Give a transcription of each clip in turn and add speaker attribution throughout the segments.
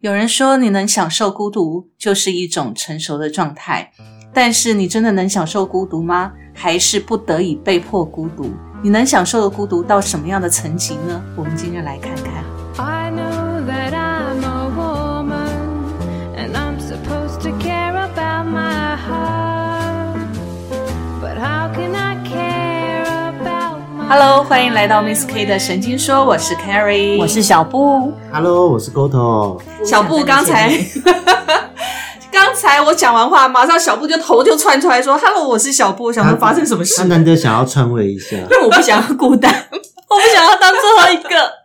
Speaker 1: 有人说，你能享受孤独就是一种成熟的状态，但是你真的能享受孤独吗？还是不得已被迫孤独？你能享受的孤独到什么样的层级呢？我们今天来看看。
Speaker 2: I know that I'm a woman and I'm supposed to care about my heart. But how can I care about my
Speaker 1: Hello，欢迎来到 Miss K 的神经说，我是 Carrie，
Speaker 3: 我是小布，
Speaker 4: Hello，我是 Goto。
Speaker 1: 小布。刚才，刚才我讲完话，马上小布就头就窜出来说：“Hello，我是小布。”想说发生什么事
Speaker 4: 他？难得想要篡位一下，
Speaker 3: 我不想要孤单， 我不想要当最后一个。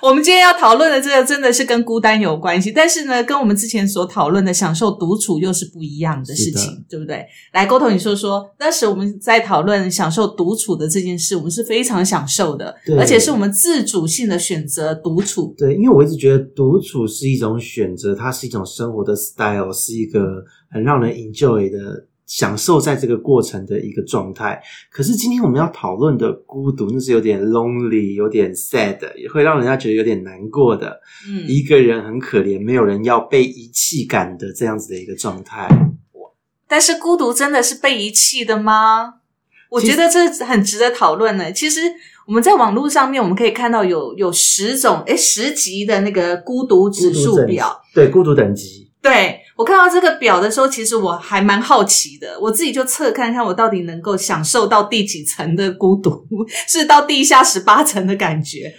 Speaker 1: 我们今天要讨论的这个真的是跟孤单有关系，但是呢，跟我们之前所讨论的享受独处又是不一样的事
Speaker 4: 是
Speaker 1: 情
Speaker 4: 的，
Speaker 1: 对不对？来，沟通，你说说，当时我们在讨论享受独处的这件事，我们是非常享受的，
Speaker 4: 对
Speaker 1: 而且是我们自主性的选择独处。
Speaker 4: 对，因为我一直觉得独处是一种选择，它是一种生活的 style，是一个很让人 enjoy 的享受在这个过程的一个状态。可是今天我们要讨论的孤独，那是有点 lonely，有点 sad，也会让人家觉得有点难过的，
Speaker 1: 嗯，
Speaker 4: 一个人很可怜，没有人要被遗弃感的这样子的一个状态。
Speaker 1: 但是孤独真的是被遗弃的吗？我觉得这很值得讨论呢。其实我们在网络上面，我们可以看到有有十种诶十级的那个孤独指
Speaker 4: 孤独
Speaker 1: 数
Speaker 4: 等
Speaker 1: 表，
Speaker 4: 对孤独等级，
Speaker 1: 对我看到这个表的时候，其实我还蛮好奇的，我自己就测看看我到底能够享受到第几层的孤独，是到地下十八层的感觉。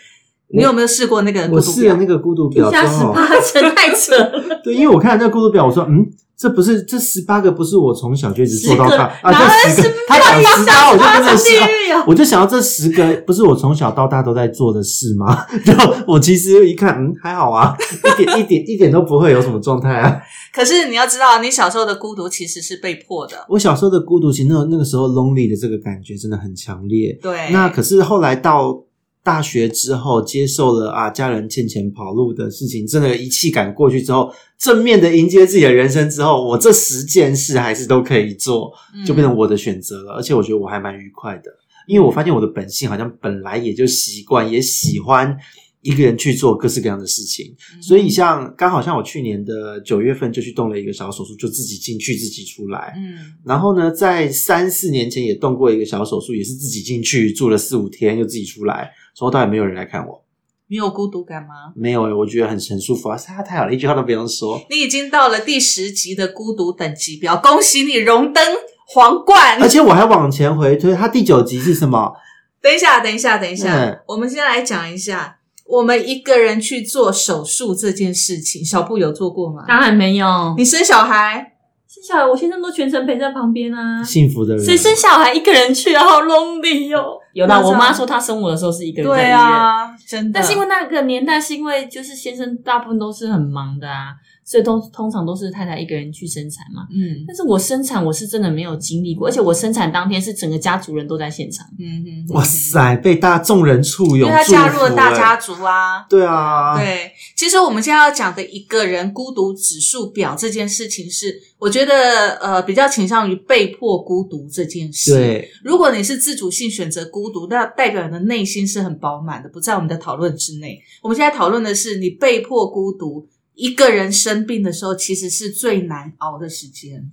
Speaker 1: 你有没有试过那个孤
Speaker 4: 我
Speaker 1: 独
Speaker 4: 试
Speaker 1: 表？
Speaker 4: 了那个孤独
Speaker 3: 地
Speaker 4: 表之
Speaker 3: 下十
Speaker 4: 后，
Speaker 3: 八层太扯了，
Speaker 4: 对，因为我看了那个孤独表，我说嗯，这不是这十八个不是我从小就一直做到大啊，
Speaker 3: 哪来
Speaker 4: 这十
Speaker 3: 十
Speaker 4: 个他讲十八，我就跟着
Speaker 3: 地
Speaker 4: 笑。
Speaker 3: 狱啊！
Speaker 4: 我就想到这十个不是我从小到大都在做的事吗？然后我其实一看，嗯，还好啊，一点一点一点都不会有什么状态啊。
Speaker 1: 可是你要知道，你小时候的孤独其实是被迫的。
Speaker 4: 我小时候的孤独，其实那那个时候 lonely 的这个感觉真的很强烈。
Speaker 1: 对，
Speaker 4: 那可是后来到大学之后，接受了啊家人欠钱跑路的事情，真的一气赶过去之后，正面的迎接自己的人生之后，我这十件事还是都可以做，
Speaker 1: 嗯
Speaker 4: 就变成我的选择了。而且我觉得我还蛮愉快的，因为我发现我的本性好像本来也就习惯，也喜欢。一个人去做各式各样的事情，
Speaker 1: 嗯
Speaker 4: 所以像刚好像我去年的九月份就去动了一个小手术，就自己进去自己出来，
Speaker 1: 嗯
Speaker 4: 然后呢，在三四年前也动过一个小手术，也是自己进去住了四五天，又自己出来，从头到尾没有人来看我，
Speaker 1: 你有孤独感吗？。
Speaker 4: 没有、欸，我觉得很很舒服啊，太太好了，一句话都不用说
Speaker 1: 你已经到了第十级的孤独等级表，恭喜你荣登皇冠
Speaker 4: 而。且我还往前回推，他第九集是什么？
Speaker 1: 等一下，等一下，等一下，
Speaker 4: 嗯
Speaker 1: 我们先来讲一下，我们一个人去做手术这件事情，小布有做过吗？
Speaker 3: 当然没有，
Speaker 1: 你生小孩，
Speaker 3: 生小孩我先生都全程陪在旁边啊。
Speaker 4: 幸福的人，
Speaker 3: 谁生小孩一个人去啊？好 lonely 哦。有啦，
Speaker 1: 那这
Speaker 3: 我
Speaker 1: 样
Speaker 3: 妈说她生我的时候是一个人在医
Speaker 1: 对
Speaker 3: 院，
Speaker 1: 啊，真的。
Speaker 3: 但是因为那个年代，是因为就是先生大部分都是很忙的啊，所以通通常都是太太一个人去生产嘛。
Speaker 1: 嗯
Speaker 3: 但是我生产我是真的没有经历过，而且我生产当天是整个家族人都在现场。
Speaker 1: 嗯嗯，
Speaker 4: 哇塞，被大众人簇
Speaker 1: 因
Speaker 4: 拥，
Speaker 1: 为他加入
Speaker 4: 祝
Speaker 1: 了
Speaker 4: 福
Speaker 1: 大
Speaker 4: 欸
Speaker 1: 家。族啊。
Speaker 4: 对啊，，
Speaker 1: 对，其实我们现在要讲的一个人孤独指数表这件事情是，我觉得呃比较倾向于被迫孤独这件事。，
Speaker 4: 对，
Speaker 1: 如果你是自主性选择孤独，那代表你的内心是很饱满的，不在我们的讨论之内。我们现在讨论的是你被迫孤独，一个人生病的时候，其实是最难熬的时间。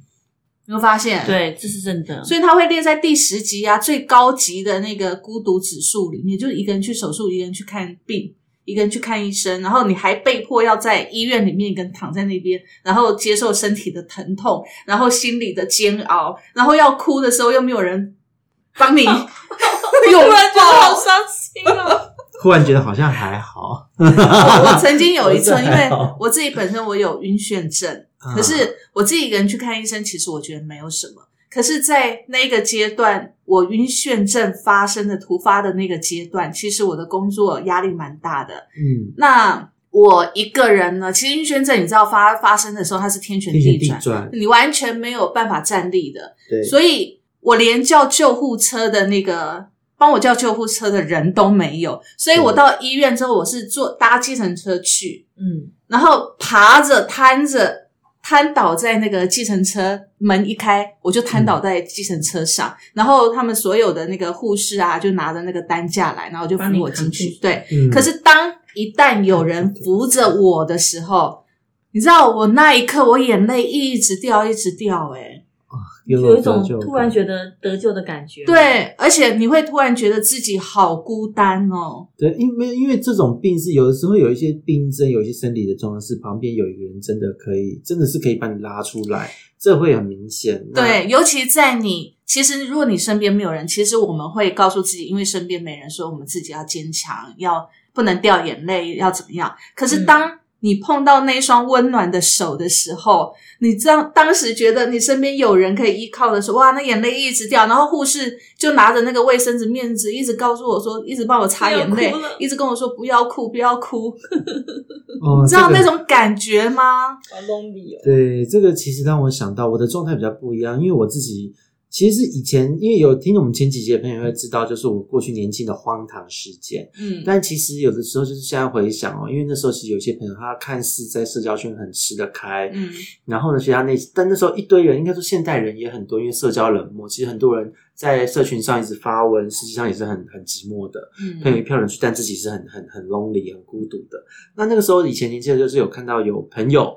Speaker 1: 你会发现，，
Speaker 3: 对，这是真的。
Speaker 1: 所以它会列在第十级啊，最高级的那个孤独指数里面，就是一个人去手术，一个人去看病，一个人去看医生，然后你还被迫要在医院里面一个人躺在那边，然后接受身体的疼痛，然后心理的煎熬，然后要哭的时候又没有人帮 你 拥
Speaker 3: 突然觉得好
Speaker 1: 抱。
Speaker 3: 伤心哦。
Speaker 4: 忽然觉得好像还好。
Speaker 1: 我我曾经有一次，
Speaker 4: 我
Speaker 1: 因
Speaker 4: 知道
Speaker 1: 为我自己本身我有晕眩症，可
Speaker 4: 嗯
Speaker 1: 是我自己一个人去看医生，其实我觉得没有什么。可是，在那个阶段，我晕眩症发生的突发的那个阶段，其实我的工作压力蛮大的。
Speaker 4: 嗯，
Speaker 1: 那我一个人呢，其实晕眩症你知道发发生的时候，它是天旋
Speaker 4: 天旋
Speaker 1: 地
Speaker 4: 地
Speaker 1: 转，
Speaker 4: 转，
Speaker 1: 你完全没有办法站立的。
Speaker 4: 对，
Speaker 1: 所以我连叫救护车的那个帮我叫救护车的人都没有，所以我到医院之后，我是坐搭计程车去，
Speaker 3: 嗯，
Speaker 1: 然后爬着瘫着瘫倒在那个计程车门一开，我就瘫倒在计程车上。然后他们啊所有的那个护士啊，就拿着那个担架来，然后就扶
Speaker 3: 帮你
Speaker 1: 我
Speaker 3: 扛
Speaker 1: 进去
Speaker 3: 进。去
Speaker 1: 对，
Speaker 4: 嗯
Speaker 1: 可是当一旦有人扶着我的时候，你知道我那一刻我眼泪一直掉，一直掉、欸，哎，
Speaker 3: 有一种突然觉得得救的感觉。，
Speaker 1: 对，而且你会突然觉得自己好孤单哦，
Speaker 4: 对，因为因为这种病是有的时候有一些病症，有一些生理的状况是旁边有一个人真的可以，真的是可以把你拉出来，这会很明显。那
Speaker 1: 对，尤其在你其实如果你身边没有人，其实我们会告诉自己，因为身边没人，所以我们自己要坚强，要不能掉眼泪，要怎么样？可是
Speaker 3: 嗯
Speaker 1: 当你碰到那双温暖的手的时候，你知道当时觉得你身边有人可以依靠的时候，哇，那眼泪一直掉，然后护士就拿着那个卫生纸面纸一直告诉我说，一直帮我擦
Speaker 3: 不要
Speaker 1: 眼泪
Speaker 3: 哭了，
Speaker 1: 一直跟我说不要哭，不要哭，
Speaker 4: 哦，
Speaker 1: 你知道
Speaker 4: 这个
Speaker 1: 那种感觉吗？
Speaker 3: 好 lonely 哦。
Speaker 4: 对，这个其实让我想到我的状态比较不一样，因为我自己其实以前因为有听我们前几集的朋友会知道，就是我过去年轻的荒唐事件。
Speaker 1: 嗯，
Speaker 4: 但其实有的时候就是现在回想哦，因为那时候其实有些朋友他看似在社交圈很吃得开，
Speaker 1: 嗯，
Speaker 4: 然后呢，其实他那但那时候一堆人，应该说现代人也很多，因为社交冷漠，其实很多人在社群上一直发文，实际上也是很很寂寞的。
Speaker 1: 嗯
Speaker 4: 朋友一票人去，但自己是很很很 lonely、很孤独的。那那个时候以前年轻的就是有看到有朋友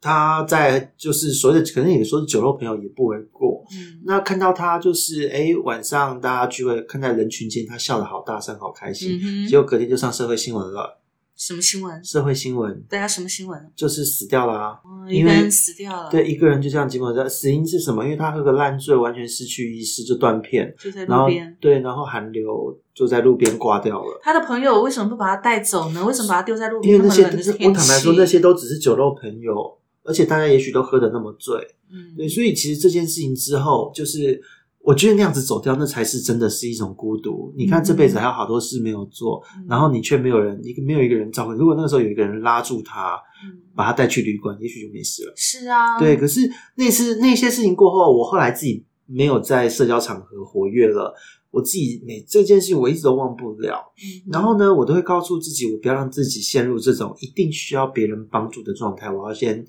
Speaker 4: 他在就是所谓的可能也说是酒肉朋友也不为过。
Speaker 1: 嗯
Speaker 4: 那看到他就是哎晚上大家聚会，看在人群间他笑得好大声、好开心，
Speaker 1: 嗯
Speaker 4: 结
Speaker 1: 哼，
Speaker 4: 果隔天就上社会新闻了。
Speaker 1: 什么新闻？
Speaker 4: 社会新闻
Speaker 1: 大家什么新闻？
Speaker 4: 就是死掉了啊。
Speaker 1: 哦一
Speaker 4: 因
Speaker 1: 个
Speaker 4: 为
Speaker 1: 人死掉了，
Speaker 4: 对，，一个人就这样寂寞的死因是什么？因为他喝个烂醉，完全失去意识，就断片，
Speaker 1: 就在
Speaker 4: 然
Speaker 1: 路
Speaker 4: 后
Speaker 1: 边。
Speaker 4: 对，然后寒流就在路边挂掉了。
Speaker 1: 他的朋友为什么不把他带走呢？为什么把他丢在路
Speaker 4: 因
Speaker 1: 边
Speaker 4: 为
Speaker 1: 那
Speaker 4: 那
Speaker 1: 么
Speaker 4: 些
Speaker 1: 冷的天气？
Speaker 4: 我坦白说，那些都只是酒肉朋友，而且大家也许都喝得那么醉，
Speaker 1: 嗯，
Speaker 4: 对，所以其实这件事情之后，就是我觉得那样子走掉，那才是真的是一种孤独。你看这辈子还有好多事没有做，
Speaker 1: 嗯
Speaker 4: 然后你却没有人，一个没有一个人照顾你。如果那个时候有一个人拉住他，
Speaker 1: 嗯
Speaker 4: 把他带去旅馆，也许就没事了。
Speaker 1: 是啊，
Speaker 4: 对，可是那次那些事情过后，我后来自己没有在社交场合活跃了。我自己每这件事情我一直都忘不了，
Speaker 1: 嗯，
Speaker 4: 然后呢，我都会告诉自己，我不要让自己陷入这种一定需要别人帮助的状态。我要先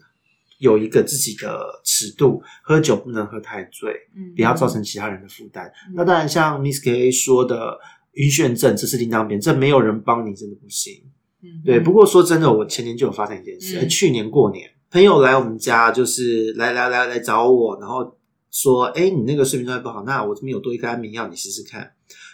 Speaker 4: 有一个自己的尺度，喝酒不能喝太醉，
Speaker 1: 嗯
Speaker 4: 不要造成其他人的负担。
Speaker 1: 嗯
Speaker 4: 那当然，像 Miss K 说的晕眩症，这是另当别论，这没有人帮你真的不行。
Speaker 1: 嗯
Speaker 4: 对，不过说真的，我前年就有发生一件事，
Speaker 1: 嗯
Speaker 4: 呃去年过年，朋友来我们家，就是来来来来找我，然后说，哎，你那个睡眠状态不好，那我这边有多一颗安眠药，你试试看。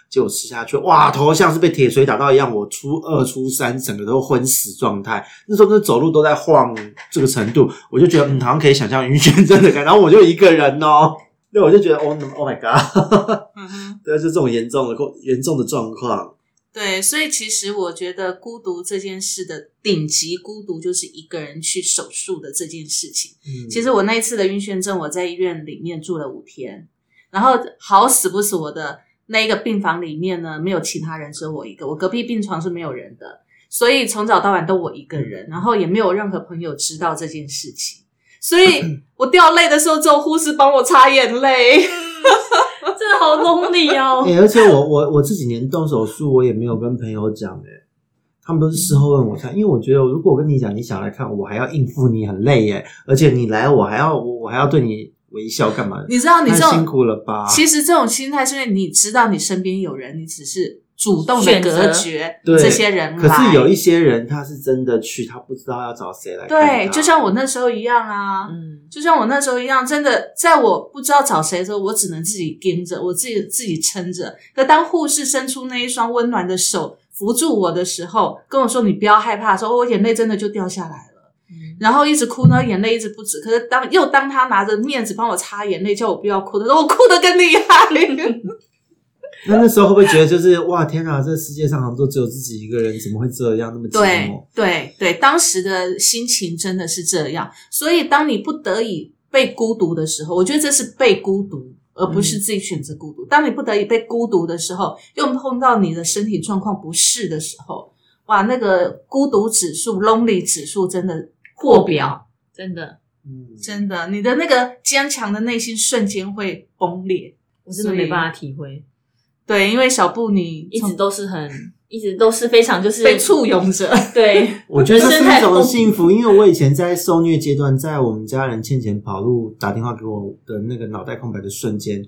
Speaker 4: 结果吃下去，哇，头像是被铁锤打到一样，我初二、初三整个都昏死状态，那时候那走路都在晃，这个程度，我就觉得，嗯，好像可以想象晕眩症的感觉，然后我就一个人哦。对，我就觉得，Oh Oh my god！
Speaker 1: 嗯哼，
Speaker 4: 对，就这种严重的、严重的状况，
Speaker 1: 对，所以其实我觉得孤独这件事的顶级孤独就是一个人去手术的这件事情。
Speaker 4: 嗯，
Speaker 1: 其实我那一次的晕眩症，我在医院里面住了五天，然后好死不死我的那一个病房里面呢，没有其他人，只有我一个，我隔壁病床是没有人的，所以从早到晚都我一个人，然后也没有任何朋友知道这件事情，所 以我掉泪的时候，只有护士帮我擦眼泪。
Speaker 3: 真的好 lonely 哦。
Speaker 1: 嗯
Speaker 4: 欸，而且我我我这几年动手术，我也没有跟朋友讲哎、他们都是事后问我看，因为我觉得如果我跟你讲，你想来看，我还要应付你，很累耶、而且你来，我还要我我还要对你微笑干嘛？
Speaker 1: 你知道，你这
Speaker 4: 太辛
Speaker 1: 种
Speaker 4: 苦了吧？
Speaker 1: 其实这种心态是因为你知道你身边有人，你只是主动的
Speaker 3: 选择
Speaker 1: 隔绝
Speaker 4: 对
Speaker 1: 这些人来。
Speaker 4: 可是有一些人，他是真的去，他不知道要找谁来看他。
Speaker 1: 对，就像我那时候一样啊，
Speaker 3: 嗯，
Speaker 1: 就像我那时候一样，真的，在我不知道找谁的时候，我只能自己盯着，我自己自己撑着。可当护士伸出那一双温暖的手扶住我的时候，跟我说“你不要害怕”的时候，我眼泪真的就掉下来了，然后一直哭呢，眼泪一直不止。可是当又当他拿着面纸帮我擦眼泪，叫我不要哭的时候，我哭得更厉害。
Speaker 4: 那那时候会不会觉得就是哇天哪，这世界上好像都只有自己一个人，怎么会这样那么寂
Speaker 1: 对
Speaker 4: 寞？
Speaker 1: 对对，当时的心情真的是这样。所以，当你不得已被孤独的时候，我觉得这是被孤独，而不是自己选择孤独。当你不得已被孤独的时候，又碰到你的身体状况不适的时候，哇，那个孤独指数、lonely 指数真的
Speaker 3: 破，表，真的，
Speaker 4: 嗯，
Speaker 1: 真的，你的那个坚强的内心瞬间会崩裂。
Speaker 3: 我真的
Speaker 1: 所以
Speaker 3: 没办法体会，
Speaker 1: 对，因为小布你
Speaker 3: 一
Speaker 1: 从
Speaker 3: 直都是很，一直都是非常就是
Speaker 1: 被簇拥着，
Speaker 3: 对，
Speaker 4: 我觉得这是一
Speaker 3: 生态
Speaker 4: 种
Speaker 3: 丰
Speaker 4: 幸福，因为我以前在受虐阶段，在我们家人欠钱跑路打电话给我的那个脑袋空白的瞬间，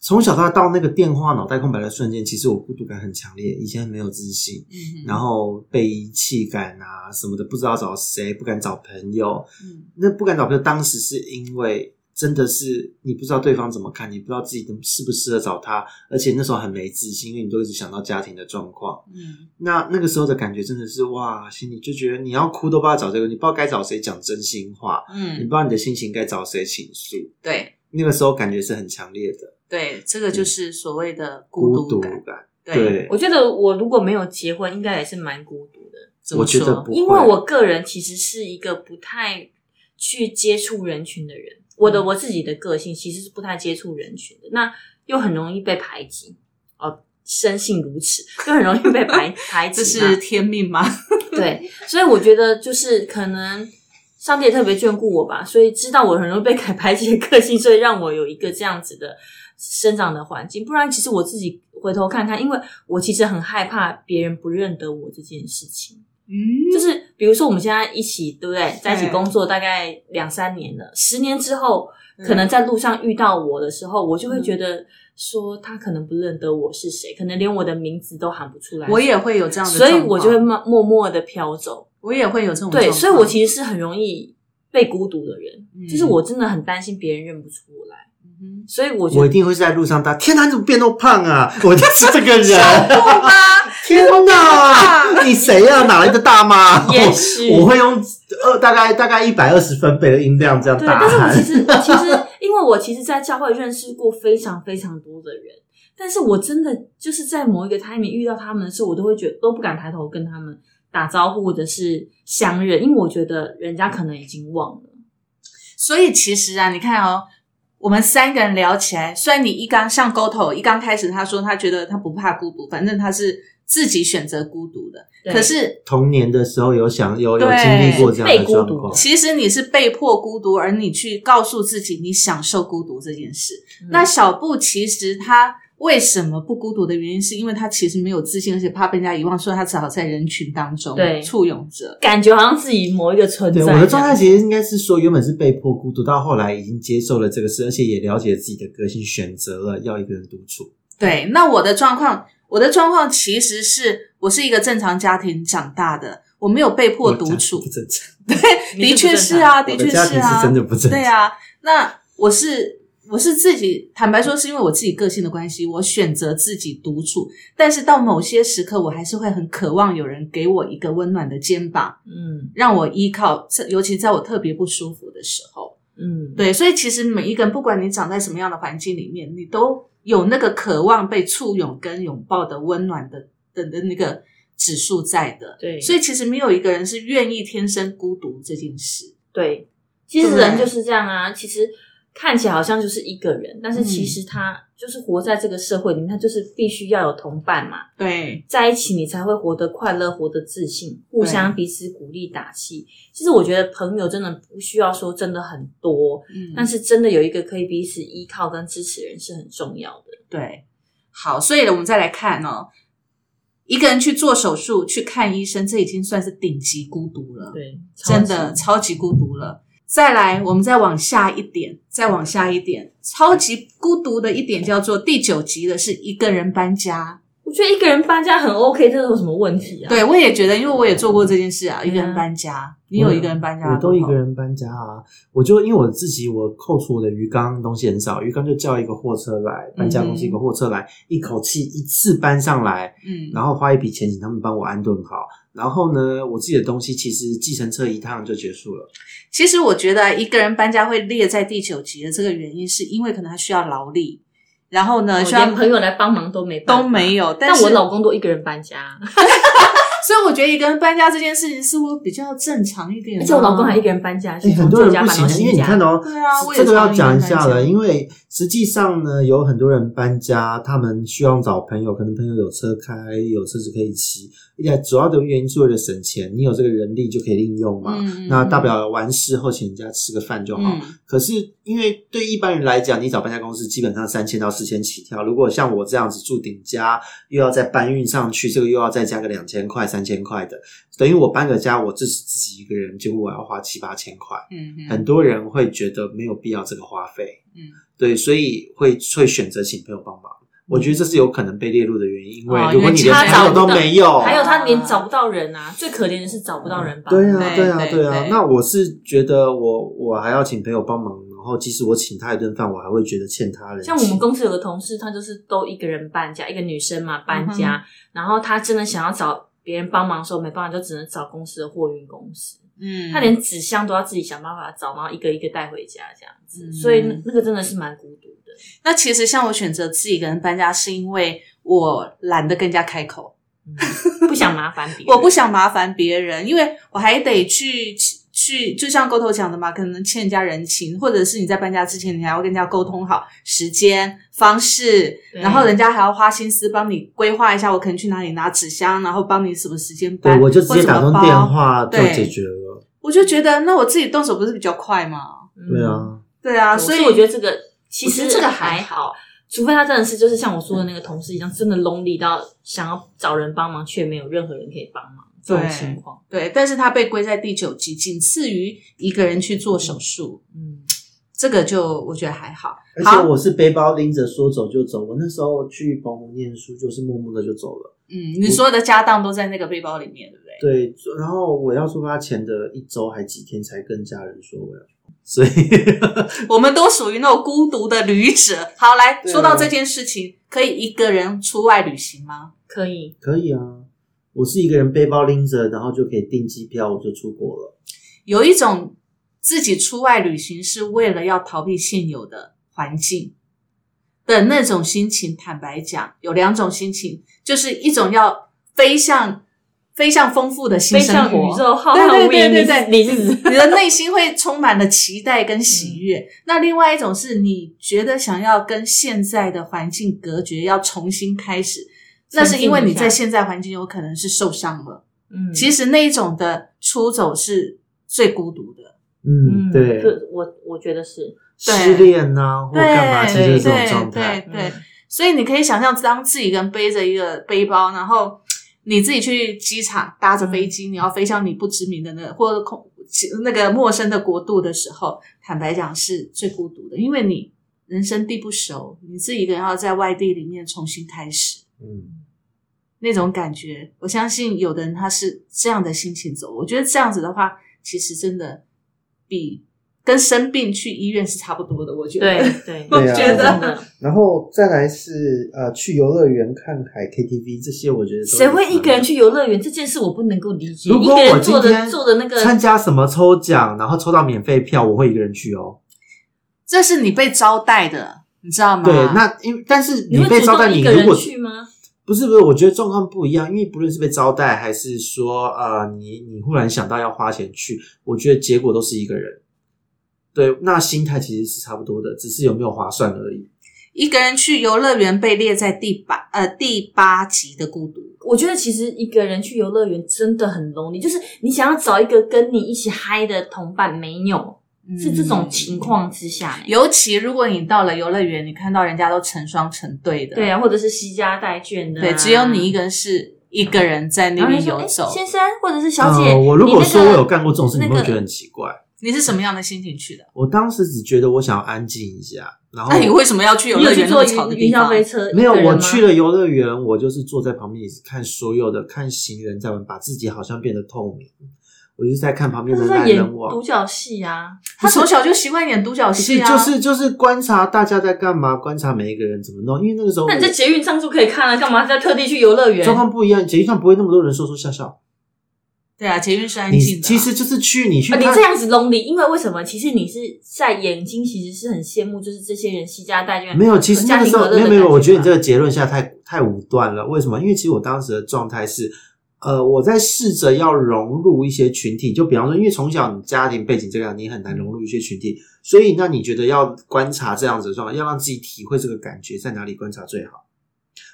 Speaker 4: 从小到大到那个电话脑袋空白的瞬间，其实我孤独感很强烈，以前没有自信，
Speaker 1: 嗯
Speaker 4: 然
Speaker 1: 后
Speaker 4: 后被遗弃感啊什么的，不知道找谁，不敢找朋友。
Speaker 1: 嗯
Speaker 4: 那不敢找朋友，当时是因为真的是你不知道对方怎么看，你不知道自己适不适合找他，而且那时候很没自信，因为你都一直想到家庭的状况。
Speaker 1: 嗯
Speaker 4: 那那个时候的感觉真的是哇，心里就觉得你要哭都不知道找这个，你不知道该找谁讲真心话，你
Speaker 1: 嗯，
Speaker 4: 不知道你的心情该找谁倾诉。
Speaker 1: 对
Speaker 4: 那个时候感觉是很强烈的
Speaker 1: 对，这个
Speaker 3: 嗯
Speaker 1: 就是所谓的
Speaker 4: 孤
Speaker 1: 独
Speaker 4: 独
Speaker 1: 感。
Speaker 4: 感。
Speaker 1: 对，
Speaker 3: 我觉得我如果没有结婚，应该也是蛮孤独的，
Speaker 1: 怎么
Speaker 4: 我觉得
Speaker 1: 说
Speaker 4: 不会
Speaker 3: 因为我个人其实是一个不太去接触人群的人。我
Speaker 1: 嗯
Speaker 3: 的我自己的个性其实是不太接触人群的，那又很容易被排挤哦，生性如此，又很容易被 排排挤
Speaker 1: 这
Speaker 3: 嘛。
Speaker 1: 是天命 吗？
Speaker 3: 对，所以我觉得就是可能上帝也特别眷顾我吧，所以知道我很容易被改排挤的个性，所以让我有一个这样子的生长的环境。不然，其实我自己回头看看，因为我其实很害怕别人不认得我这件事情。
Speaker 1: 嗯
Speaker 3: 就是比如说我们现在一起，对不对？在一起
Speaker 1: 对
Speaker 3: 工作大概两三年了，十年之后，可能在路上遇到我的时候，我就会
Speaker 1: 嗯
Speaker 3: 觉得说他可能不认得我是谁，可能连我的名字都喊不出 来。
Speaker 1: 我也会有这样的
Speaker 3: 所
Speaker 1: 状
Speaker 3: 以
Speaker 1: 况，
Speaker 3: 我就会默默默的飘走。
Speaker 1: 我也会有这种
Speaker 3: 对，所以我其
Speaker 1: 实
Speaker 3: 实是很容易被孤独的人，
Speaker 1: 嗯
Speaker 3: 就是我真的很担心别人认不出我来，所以我觉
Speaker 4: 我一
Speaker 3: 得。
Speaker 4: 定会是在路上大，天哪，你怎么变那么胖啊？ 我就是 这个人，
Speaker 1: 吧，
Speaker 4: 天哪，你谁呀、哪来的大妈？
Speaker 3: 也许
Speaker 4: 我我会用二大概大概一百二十分贝的音量这样
Speaker 3: 对，
Speaker 4: 大
Speaker 3: 但是我其
Speaker 4: 喊。
Speaker 3: 实其实，因为我其实，在教会认识过非常非常多的人，但是我真的就是在某一个 timing 遇到他们的时候，我都会觉得都不敢抬头跟他们打招呼或者是相认，因为我觉得人家可能已经忘了。
Speaker 1: 所以其实啊，你看哦，我们三个人聊起来，虽然你一刚像沟头一刚开始，他说他觉得他不怕孤独，反正他是自己选择孤独的。
Speaker 3: 对
Speaker 1: 可是
Speaker 4: 童年的时候有想有有
Speaker 1: 对
Speaker 4: 经历过这样
Speaker 3: 被
Speaker 4: 的
Speaker 3: 孤
Speaker 4: 状
Speaker 3: 独
Speaker 4: 况，
Speaker 1: 其实你是被迫孤独，而你去告诉自己你享受孤独这件事。
Speaker 3: 嗯
Speaker 1: 那小布其实他为什么不孤独的原因，是因为他其实没有自信，而且怕被人家遗忘，所以他只好在人群当中
Speaker 3: 对
Speaker 1: 簇拥着。
Speaker 3: 感觉好像自己某一个存在
Speaker 4: 对，
Speaker 3: 一
Speaker 4: 我
Speaker 3: 样。
Speaker 4: 的状态其实应该是说，原本是被迫孤独，到后来已经接受了这个事，而且也了解自己的个性，选择了要一个人独处。
Speaker 1: 对，那我的状况，我的状况其实是我是一个正常家庭长大的，我没有被迫独处
Speaker 4: 不，正常，
Speaker 3: 你
Speaker 1: 的
Speaker 3: 是不
Speaker 1: 确
Speaker 3: 正
Speaker 1: 是
Speaker 3: 常，
Speaker 1: 啊，的
Speaker 4: 我的
Speaker 1: 确
Speaker 4: 家庭
Speaker 1: 啊，
Speaker 4: 是真的不正常。
Speaker 1: 对，啊。那我是我是自己坦白说，是因为我自己个性的关系，我选择自己独处。但是到某些时刻，我还是会很渴望有人给我一个温暖的肩膀，
Speaker 3: 嗯
Speaker 1: 让我依靠。这尤其在我特别不舒服的时候，
Speaker 3: 嗯，
Speaker 1: 对，所以其实每一个人，不管你长在什么样的环境里面，你都有那个渴望被簇拥跟拥抱的温暖的的的那个指数在的。
Speaker 3: 对
Speaker 1: 所以其实没有一个人是愿意天生孤独这件事。
Speaker 3: 对，其实
Speaker 1: 对
Speaker 3: 人就是这样啊。其实看起来好像就是一个人，但是
Speaker 1: 嗯
Speaker 3: 其实他就是活在这个社会里面，他就是必须要有同伴嘛，
Speaker 1: 对，
Speaker 3: 在一起你才会活得快乐，活得自信，互相彼此鼓励打气。其实我觉得朋友真的不需要说真的很多，
Speaker 1: 嗯
Speaker 3: 但是真的有一个可以彼此依靠跟支持人是很重要的。
Speaker 1: 对，好，所以我们再来看哦，一个人去做手术、去看医生，这已经算是顶级孤独了，
Speaker 3: 对，
Speaker 1: 真的超级孤独了。再来，我们再往下一点，再往下一点，超级孤独的一点叫做第九集的是一个人搬家。
Speaker 3: 我觉得一个人搬家很 OK，这有什么问题啊？
Speaker 1: 对我也觉得，因为我也做过这件事啊，
Speaker 3: 嗯
Speaker 1: 一个人搬家。你有一个人搬家的
Speaker 4: 我都
Speaker 1: 时
Speaker 4: 一
Speaker 1: 候
Speaker 4: 个人搬家啊。我就因为我自己，我扣除我的鱼缸东西很少，鱼缸就叫一个货车来，搬家公司一个货车来，一口气一次搬上来，
Speaker 1: 嗯，
Speaker 4: 然后花一笔钱请他们帮我安顿好。然后呢，我自己的东西其实计程车一趟就结束了。
Speaker 1: 其实我觉得一个人搬家会列在第九集的这个原因，是因为可能他需要劳力，然后
Speaker 3: 我
Speaker 1: 呢，需要
Speaker 3: 哦连朋友来帮忙都没办法
Speaker 1: 呃都没有，
Speaker 3: 但
Speaker 1: 但是
Speaker 3: 我老公都一个人搬家，啊
Speaker 1: 所以我觉得一个人搬家这件事情似乎比较正常一点。哦
Speaker 3: 而且我老公还一个人搬家，
Speaker 4: 哎，
Speaker 3: 去
Speaker 4: 很
Speaker 3: 从
Speaker 4: 多
Speaker 3: 旧
Speaker 4: 人
Speaker 3: 家
Speaker 4: 不
Speaker 3: 搬到
Speaker 4: 行啊，因为
Speaker 3: 新
Speaker 4: 你看
Speaker 3: 家。
Speaker 4: 哦，
Speaker 1: 对啊，我也
Speaker 4: 这个要
Speaker 1: 常
Speaker 4: 讲一
Speaker 1: 跟
Speaker 4: 下
Speaker 1: 他
Speaker 4: 了，
Speaker 1: 讲
Speaker 4: 因为实际上呢，有很多人搬家，他们需要找朋友，可能朋友有车开，有车子可以骑。也主要的原因是为了省钱，你有这个人力就可以利用嘛。
Speaker 1: 嗯
Speaker 4: 那大不了完事后请人家吃个饭就好。
Speaker 1: 嗯
Speaker 4: 可是因为对一般人来讲，你找搬家公司基本上三千到四千起跳。如果像我这样子住顶家，又要再搬运上去，这个又要再加个两千块、三千块的，等于我搬个家，我自自己一个人，结果我要花七八千块。
Speaker 1: 嗯哼
Speaker 4: 很多人会觉得没有必要这个花费，
Speaker 1: 嗯，
Speaker 4: 对，所以会会选择请朋友帮忙。我觉得这是有可能被列入的原因，因为
Speaker 1: 哦
Speaker 4: 如果你
Speaker 3: 嗯
Speaker 4: 连
Speaker 3: 因为
Speaker 4: 朋友都没有，
Speaker 3: 还有他连找不到人啊，最可怜的是找不到人吧？
Speaker 4: 对啊，
Speaker 1: 对
Speaker 4: 对啊，
Speaker 1: 对
Speaker 4: 对啊
Speaker 1: 对。
Speaker 4: 那我是觉得我我还要请朋友帮忙，然后即使我请他一顿饭，我还会觉得欠他人情。
Speaker 3: 像我们公司有个同事，她就是都一个人搬家，一个女生嘛搬家，然后她真的想要找别人帮忙的时候，没办法，就只能找公司的货运公司。
Speaker 1: 嗯，
Speaker 3: 她连纸箱都要自己想办法找，然后一个一个带回家这样子，
Speaker 1: 嗯
Speaker 3: 所以那那个真的是蛮孤独的。
Speaker 1: 那其实像我选择自己一个人搬家，是因为我懒得跟人家开口，
Speaker 3: 嗯不想麻烦别人，
Speaker 1: 我不想麻烦别人，因为我还得去去，就像沟头讲的嘛，可能欠人家人情，或者是你在搬家之前，你还要跟人家沟通好时间、方式，
Speaker 3: 对
Speaker 1: 然后人家还要花心思帮你规划一下，我可能去哪里拿纸箱，然后帮你什么时间搬，
Speaker 4: 对，我就直
Speaker 1: 或
Speaker 4: 接
Speaker 1: 什
Speaker 4: 打
Speaker 1: 么
Speaker 4: 通
Speaker 1: 包
Speaker 4: 电，话就
Speaker 1: 对
Speaker 4: 解决了。
Speaker 1: 我就觉得那我自己动手不是比较快吗？
Speaker 3: 嗯
Speaker 4: 对啊，
Speaker 1: 对啊，
Speaker 3: 嗯
Speaker 1: 所
Speaker 3: 所
Speaker 1: 以
Speaker 3: 以我觉得这个其
Speaker 1: 我
Speaker 3: 实
Speaker 1: 觉得这个还
Speaker 3: 还好，除非他真的是就是像我说的那个同事一样，真的 lonely 到想要找人帮忙，却没有任何人可以帮忙这种
Speaker 1: 对
Speaker 3: 情况。
Speaker 1: 对，但是它被归在第九级，仅次于一个人去做手术。
Speaker 3: 嗯，
Speaker 1: 这个就我觉得还好。
Speaker 4: 而
Speaker 1: 好
Speaker 4: 且我是背包拎着说走就走。我那时候去澎湖念书，就是默默的就走了。
Speaker 1: 嗯，你所有的家当都在那个背包里面，对不对？
Speaker 4: 对，然后我要出发前的一周还几天才跟家人说我要去，所以
Speaker 1: 我们都属于那种孤独的旅者。好，来
Speaker 4: 对啊
Speaker 1: 说到这件事情，可以一个人出外旅行吗？
Speaker 3: 可以。
Speaker 4: 可以啊。我是一个人背包拎着，然后就可以订机票，我就出国了。
Speaker 1: 有一种自己出外旅行是为了要逃避现有的环境的那种心情。坦白讲，有两种心情，就是一种要飞向飞向丰富的新
Speaker 3: 飞
Speaker 1: 生
Speaker 3: 向
Speaker 1: 活，
Speaker 3: 宇宙浩
Speaker 1: 对
Speaker 3: 瀚
Speaker 1: 对
Speaker 3: 无垠，
Speaker 1: 对对
Speaker 3: 你是
Speaker 1: 对
Speaker 3: 你是
Speaker 1: 你的内心会充满了期待跟喜悦。
Speaker 3: 嗯
Speaker 1: 那另外一种是你觉得想要跟现在的环境隔绝，要重新开始，那是因为你在现在环境有可能是受伤了。
Speaker 3: 嗯，
Speaker 1: 其实那一种的出走是最孤独的。
Speaker 4: 嗯，对，
Speaker 3: 这我我觉得是，
Speaker 4: 失恋啊呐、或
Speaker 1: 对
Speaker 4: 干嘛，其实
Speaker 1: 对
Speaker 4: 是这种状态。
Speaker 1: 对
Speaker 3: 嗯
Speaker 1: 对，所以你可以想象，当自己一个人背着一个背包，然后你自己去机场搭着飞机，你要飞向你不知名的那个或者空那个陌生的国度的时候，坦白讲是最孤独的，因为你人生地不熟，你自己一个人要在外地里面重新开始，
Speaker 4: 嗯，
Speaker 1: 那种感觉，我相信有的人他是这样的心情走。我觉得这样子的话，其实真的比跟生病去医院是差不多的。我觉得，
Speaker 3: 对对，
Speaker 1: 我
Speaker 4: 对啊
Speaker 1: 觉
Speaker 3: 真
Speaker 1: 得
Speaker 3: 的，
Speaker 4: 然后再来是呃，去游乐园、看海、KTV 这些，我觉得都
Speaker 3: 谁会一个人去
Speaker 4: 有
Speaker 3: 游乐园这件事，我不能够理解。
Speaker 4: 可能？如
Speaker 3: 一
Speaker 4: 果
Speaker 3: 个
Speaker 4: 我
Speaker 3: 人
Speaker 4: 今
Speaker 3: 做的
Speaker 4: 天
Speaker 3: 做的那个，
Speaker 4: 参加什么抽奖，然后抽到免费票，我会一个人去哦。
Speaker 1: 这是你被招待的，你知道吗？
Speaker 4: 对，那因为但是
Speaker 3: 啊你
Speaker 4: 你
Speaker 3: 会
Speaker 4: 被
Speaker 3: 主
Speaker 4: 招待，
Speaker 3: 动
Speaker 4: 你
Speaker 3: 一个
Speaker 4: 如
Speaker 3: 人
Speaker 4: 果
Speaker 3: 去吗？
Speaker 4: 不是不是，我觉得状况不一样，因为不论是被招待，还是说呃，你你忽然想到要花钱去，我觉得结果都是一个人。对，那心态其实是差不多的，只是有没有划算而已。
Speaker 1: 一个人去游乐园被列在第八呃第八级的孤独。
Speaker 3: 我觉得其实一个人去游乐园真的很 lonely，就是你想要找一个跟你一起嗨的同伴，没有，是这
Speaker 1: 嗯
Speaker 3: 种情况之下、欸。
Speaker 1: 尤其如果你到了游乐园，你看到人家都成双成对的，
Speaker 3: 对啊，或者是惜家带眷的啊、
Speaker 1: 对，只有你一个人是一个人在那
Speaker 3: 然后
Speaker 1: 边
Speaker 3: 你说
Speaker 1: 游
Speaker 3: 哎
Speaker 1: 走。
Speaker 3: 先生或者是小姐，
Speaker 4: 呃我如
Speaker 3: 你
Speaker 4: 果
Speaker 3: 那个
Speaker 4: 说我有干过这种事，你
Speaker 3: 那
Speaker 4: 会
Speaker 3: 个
Speaker 4: 觉得很奇怪。
Speaker 1: 你是什么样的心情去的？哎
Speaker 4: 我当时只觉得我想要安静一下，然后
Speaker 1: 那你为什么要去游
Speaker 3: 你
Speaker 1: 乐
Speaker 3: 有去
Speaker 1: 园那么
Speaker 3: 坐
Speaker 1: 吵的
Speaker 3: 云
Speaker 1: 地
Speaker 3: 云霄
Speaker 1: 方？
Speaker 3: 飞车，
Speaker 4: 没有，
Speaker 3: 一个人
Speaker 4: 我
Speaker 3: 吗
Speaker 4: 去了游乐园，我就是坐在旁边也是看所有的看行人在玩，把自己好像变得透明。我就是在看旁边
Speaker 3: 他
Speaker 4: 的
Speaker 3: 是
Speaker 4: 来
Speaker 3: 在演
Speaker 4: 人往
Speaker 3: 独，角戏啊，
Speaker 1: 他从小就习惯演独角
Speaker 4: 不是
Speaker 1: 戏啊，
Speaker 4: 就是就是观察大家在干嘛，观察每一个人怎么弄。因为那个时候
Speaker 3: 那你在捷运上就可以看了、啊干嘛在特地去游乐园？
Speaker 4: 状况不一样，捷运上不会那么多人说说笑笑。
Speaker 1: 对啊，捷运是安
Speaker 4: 你
Speaker 1: 静的啊、哦
Speaker 4: 其实就是去你去
Speaker 3: 啊，
Speaker 4: 看，
Speaker 3: 你这样子 lonely，因为为什么？其实你是在眼睛，其实是很羡慕，就是这些人惜家带眷，
Speaker 4: 没有，其实那
Speaker 3: 家
Speaker 4: 个
Speaker 3: 庭
Speaker 4: 时
Speaker 3: 和
Speaker 4: 候
Speaker 3: 乐的
Speaker 4: 没有没有，我觉得你这
Speaker 3: 个
Speaker 4: 个结论下太太武断了。为什么？因为其实我当时的状态是，呃，我在试着要融入一些群体。就比方说，因为从小你家庭背景这样，你很难融入一些群体，所以那你觉得要观察这样子的状况，要让自己体会这个感觉，在哪里观察最好？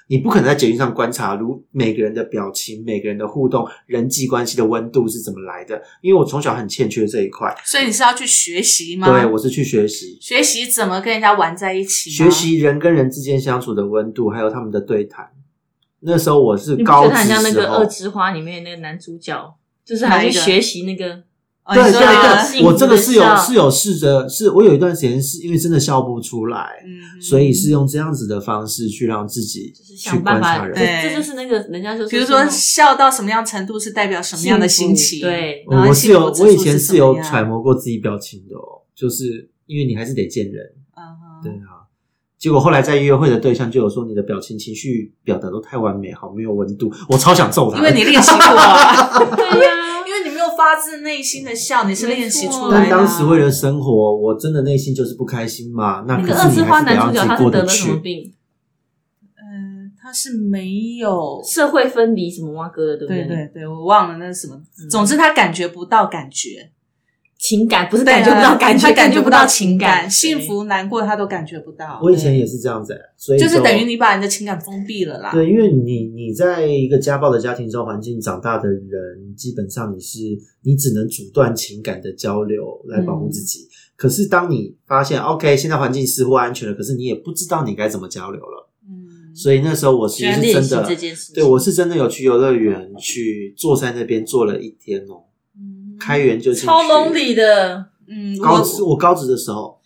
Speaker 4: 你不可能在捷运上观察，如每个人的表情、每个人的互动、人际关系的温度是怎么来的。因为我从小很欠缺这一块，
Speaker 1: 所以你是要去学习吗？
Speaker 4: 对我是去学习。
Speaker 1: 学习怎么跟人家玩在一起吗，
Speaker 4: 学习人跟人之间相处的温度，还有他们的对谈。那时候我是
Speaker 3: 你不
Speaker 4: 高
Speaker 3: 觉得
Speaker 4: 职
Speaker 3: 他很像那
Speaker 4: 时
Speaker 3: 个《
Speaker 4: 候
Speaker 3: 二，之花》里面那个男主角，就是
Speaker 1: 哪
Speaker 3: 还
Speaker 1: 一
Speaker 3: 去
Speaker 1: 个
Speaker 3: 学习那个
Speaker 1: 哦
Speaker 4: 对
Speaker 1: 你
Speaker 4: 对
Speaker 1: 说
Speaker 3: 那个
Speaker 1: 那个，
Speaker 4: 对，我这个是有
Speaker 3: 幸福的笑
Speaker 4: 是有试着，是我有一段时间是因为真的笑不出来，
Speaker 1: 嗯
Speaker 4: 所以是用这样子的方式去让自己
Speaker 3: 就是
Speaker 4: 去
Speaker 3: 想办
Speaker 4: 观察
Speaker 3: 法，
Speaker 4: 人。嗯
Speaker 1: 对
Speaker 3: 这这就是那个人家就是
Speaker 1: 比如说
Speaker 3: 什
Speaker 1: 笑到什么样程度是代表什
Speaker 3: 么
Speaker 1: 么样的
Speaker 3: 幸
Speaker 1: 心
Speaker 3: 福
Speaker 1: 情，，
Speaker 3: 对，
Speaker 1: 然后
Speaker 4: 我
Speaker 1: 幸
Speaker 4: 是
Speaker 1: 福
Speaker 4: 有，
Speaker 1: 指
Speaker 4: 我以
Speaker 1: 数
Speaker 4: 前
Speaker 1: 是
Speaker 4: 是
Speaker 1: 什么
Speaker 4: 有
Speaker 1: 样
Speaker 4: 揣摩过自己表情的哦，就是因为你还是得见人，
Speaker 1: 嗯哼
Speaker 4: 对啊。结果后来在约会的对象就有说你的表情情绪表达都太完美，好没有温度，我超想揍他。
Speaker 1: 因为你 练习过啊，
Speaker 3: 对呀，
Speaker 1: 因为你没有发自内心的笑，你是练习出来的啊。
Speaker 4: 但当时为了生活，我真的内心就是不开心嘛。 那
Speaker 3: 那
Speaker 4: 可
Speaker 3: 个
Speaker 4: 是
Speaker 3: 二
Speaker 4: 你
Speaker 3: 之
Speaker 4: 还
Speaker 3: 花
Speaker 4: 是得
Speaker 3: 男
Speaker 4: 让
Speaker 3: 主
Speaker 4: 自
Speaker 3: 角
Speaker 4: 己
Speaker 3: 他是
Speaker 4: 过
Speaker 3: 得
Speaker 4: 得
Speaker 3: 了什么
Speaker 4: 去。
Speaker 3: 病？
Speaker 1: 嗯，他是没有，
Speaker 3: 社会分离什么哇哥的，嗯对不
Speaker 1: 对对对，我忘了那是什么。总之，他感觉不到感觉，
Speaker 3: 情感不是
Speaker 1: 对
Speaker 3: 感觉不到
Speaker 1: 他
Speaker 3: 啊感觉，
Speaker 1: 他感
Speaker 3: 觉
Speaker 1: 觉
Speaker 3: 不
Speaker 1: 到
Speaker 3: 情
Speaker 1: 感，
Speaker 3: 对
Speaker 1: 幸福、难过他都感觉不到。
Speaker 4: 我以前也是这样子、所以
Speaker 1: 就是等于你把你的情感封闭了啦。
Speaker 4: 对，因为你你在一个家暴的家庭中环境长大的人，基本上你是你只能阻断情感的交流来保护自己。
Speaker 3: 嗯
Speaker 4: 可是当你发现 OK，现在环境似乎安全了，可是你也不知道你该怎么交流了。
Speaker 1: 嗯，
Speaker 4: 所以那时候我其
Speaker 3: 需要
Speaker 4: 实是
Speaker 3: 练
Speaker 4: 真
Speaker 3: 习这
Speaker 4: 的，
Speaker 3: 件事情。
Speaker 4: 对我是真的有去游乐园去坐在那边坐了一天哦，
Speaker 1: 嗯
Speaker 4: 开园就进去
Speaker 3: 超 lonely 的，
Speaker 1: 嗯，
Speaker 4: 高
Speaker 1: 我
Speaker 4: 职我高职的时候，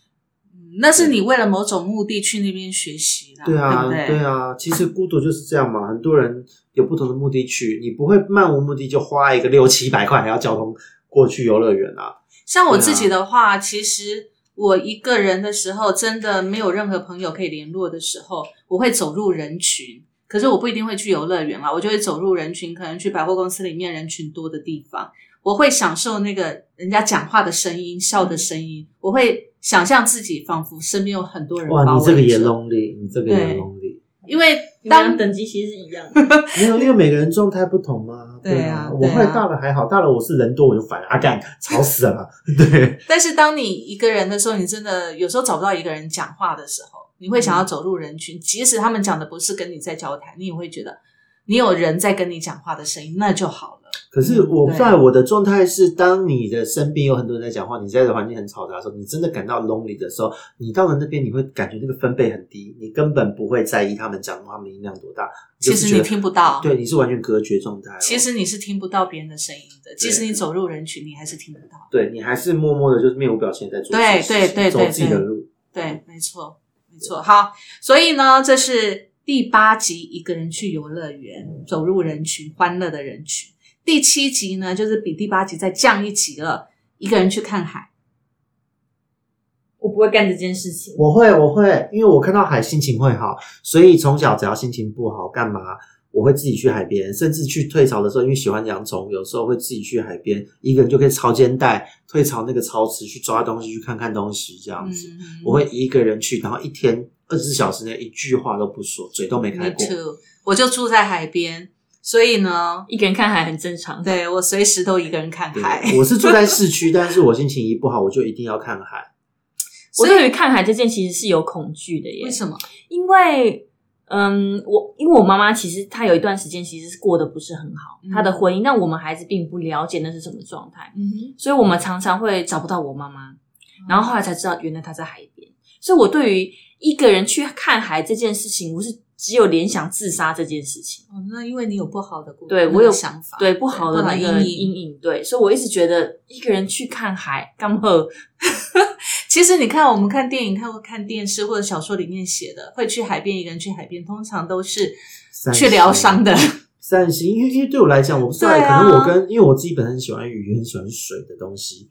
Speaker 1: 嗯那是你为了某种目的去那边学习啦，
Speaker 4: 对啊，
Speaker 1: 不
Speaker 4: 对
Speaker 1: 对？
Speaker 4: 啊，其实孤独就是这样嘛。很多人有不同的目的去，你不会漫无目的就花一个六七百块还要交通过去游乐园啊。
Speaker 1: 像我
Speaker 4: 对啊
Speaker 1: 自己的话，其实我一个人的时候，真的没有任何朋友可以联络的时候，我会走入人群。可是我不一定会去游乐园啦，我就会走入人群，可能去百货公司里面人群多的地方，我会享受那个人家讲话的声音、笑的声音，我会想象自己仿佛身边有很多人
Speaker 4: 哇，
Speaker 1: 包
Speaker 4: 你这个
Speaker 1: 围
Speaker 4: 也
Speaker 1: 着。
Speaker 4: lonely，你这个也
Speaker 1: 对
Speaker 4: lonely。
Speaker 1: 因为
Speaker 3: 你们
Speaker 1: 当
Speaker 3: 俩等级其实是一样的。
Speaker 4: 没有，因为每个人状态不同嘛。
Speaker 1: 对啊
Speaker 4: 啊，
Speaker 1: 对
Speaker 4: 我
Speaker 1: 啊
Speaker 4: 后来大了还好，大了我是人多我就烦了，啊干，吵死了嘛。对，
Speaker 1: 但是当你一个人的时候，你真的有时候找不到一个人讲话的时候，你会想要走入人群，即使他们讲的不是跟你在交谈，你也会觉得你有人在跟你讲话的声音，那就好了。
Speaker 4: 可是我
Speaker 1: 嗯对
Speaker 4: 在我的状态是，当你的身边有很多人在讲话，你在的环境很嘈杂的时候，你真的感到 lonely 的时候，你到了那边，你会感觉那个分贝很低，你根本不会在意他们讲话，他们音量多大。就
Speaker 1: 其
Speaker 4: 是
Speaker 1: 实
Speaker 4: 觉
Speaker 1: 你
Speaker 4: 得
Speaker 1: 听不到，
Speaker 4: 对，你是完全隔绝状态哦、
Speaker 1: 其实你是听不到别人的声音的，即使你走入人群，你还是听不到。
Speaker 4: 对你还是默默的，就是面无表情地在做
Speaker 1: 对
Speaker 4: 自己的
Speaker 1: 对对
Speaker 4: 事情走
Speaker 1: 对
Speaker 4: 自己的路。
Speaker 1: 对，没错，没错。好，所以呢，这是第八集，一个人去游乐园，走入人群，欢乐的人群。第七集呢，就是比第八集再降一级了，一个人去看海。
Speaker 3: 我不会干这件事情，
Speaker 4: 我会，我会，因为我看到海心情会好，所以从小只要心情不好，干嘛我会自己去海边，甚至去退潮的时候，因为喜欢养虫，有时候会自己去海边，一个人就可以潮间带退潮那个潮池去抓东西，去看看东西这样子。
Speaker 1: 嗯
Speaker 4: 我会一个人去，然后一天二十四小时内一句话都不说，嘴都没开
Speaker 1: Me
Speaker 4: 过。
Speaker 1: too，我就住在海边，所以呢，
Speaker 3: 一个人看海很正常。
Speaker 1: 对我随时都一个人看
Speaker 4: 对
Speaker 1: 海。
Speaker 4: 我是住在市区，但是我心情一不好，我就一定要看海。
Speaker 3: 我对于看海这件其实是有恐惧的耶。
Speaker 1: 为什么？
Speaker 3: 因为，嗯，我因为我妈妈其实她有一段时间其实是过得不是很好，
Speaker 1: 嗯
Speaker 3: 她的婚姻，但我们孩子并不了解那是什么状态，
Speaker 1: 嗯，
Speaker 3: 所以我们常常会找不到我妈妈，然后后来才知道原来她在海边。所以我对于一个人去看海这件事情，我是只有联想自杀这件事情。
Speaker 1: 哦，那因为你有不好的故，
Speaker 3: 对
Speaker 1: 那个
Speaker 3: 我有
Speaker 1: 想法，
Speaker 3: 对不好的那
Speaker 1: 不好
Speaker 3: 个
Speaker 1: 的
Speaker 3: 阴
Speaker 1: 阴
Speaker 3: 影，对，所以我一直觉得一个人去看海干嘛？
Speaker 1: 其实你看，我们看电影、看看电视或者小说里面写的，会去海边一个人去海边，通常都是
Speaker 4: 散
Speaker 1: 去
Speaker 4: 心
Speaker 1: 疗伤的。
Speaker 4: 散心，因为因为对我来讲，我不知道、
Speaker 1: 对啊
Speaker 4: 可能我跟因为我自己本身很喜欢鱼，很喜欢水的东西，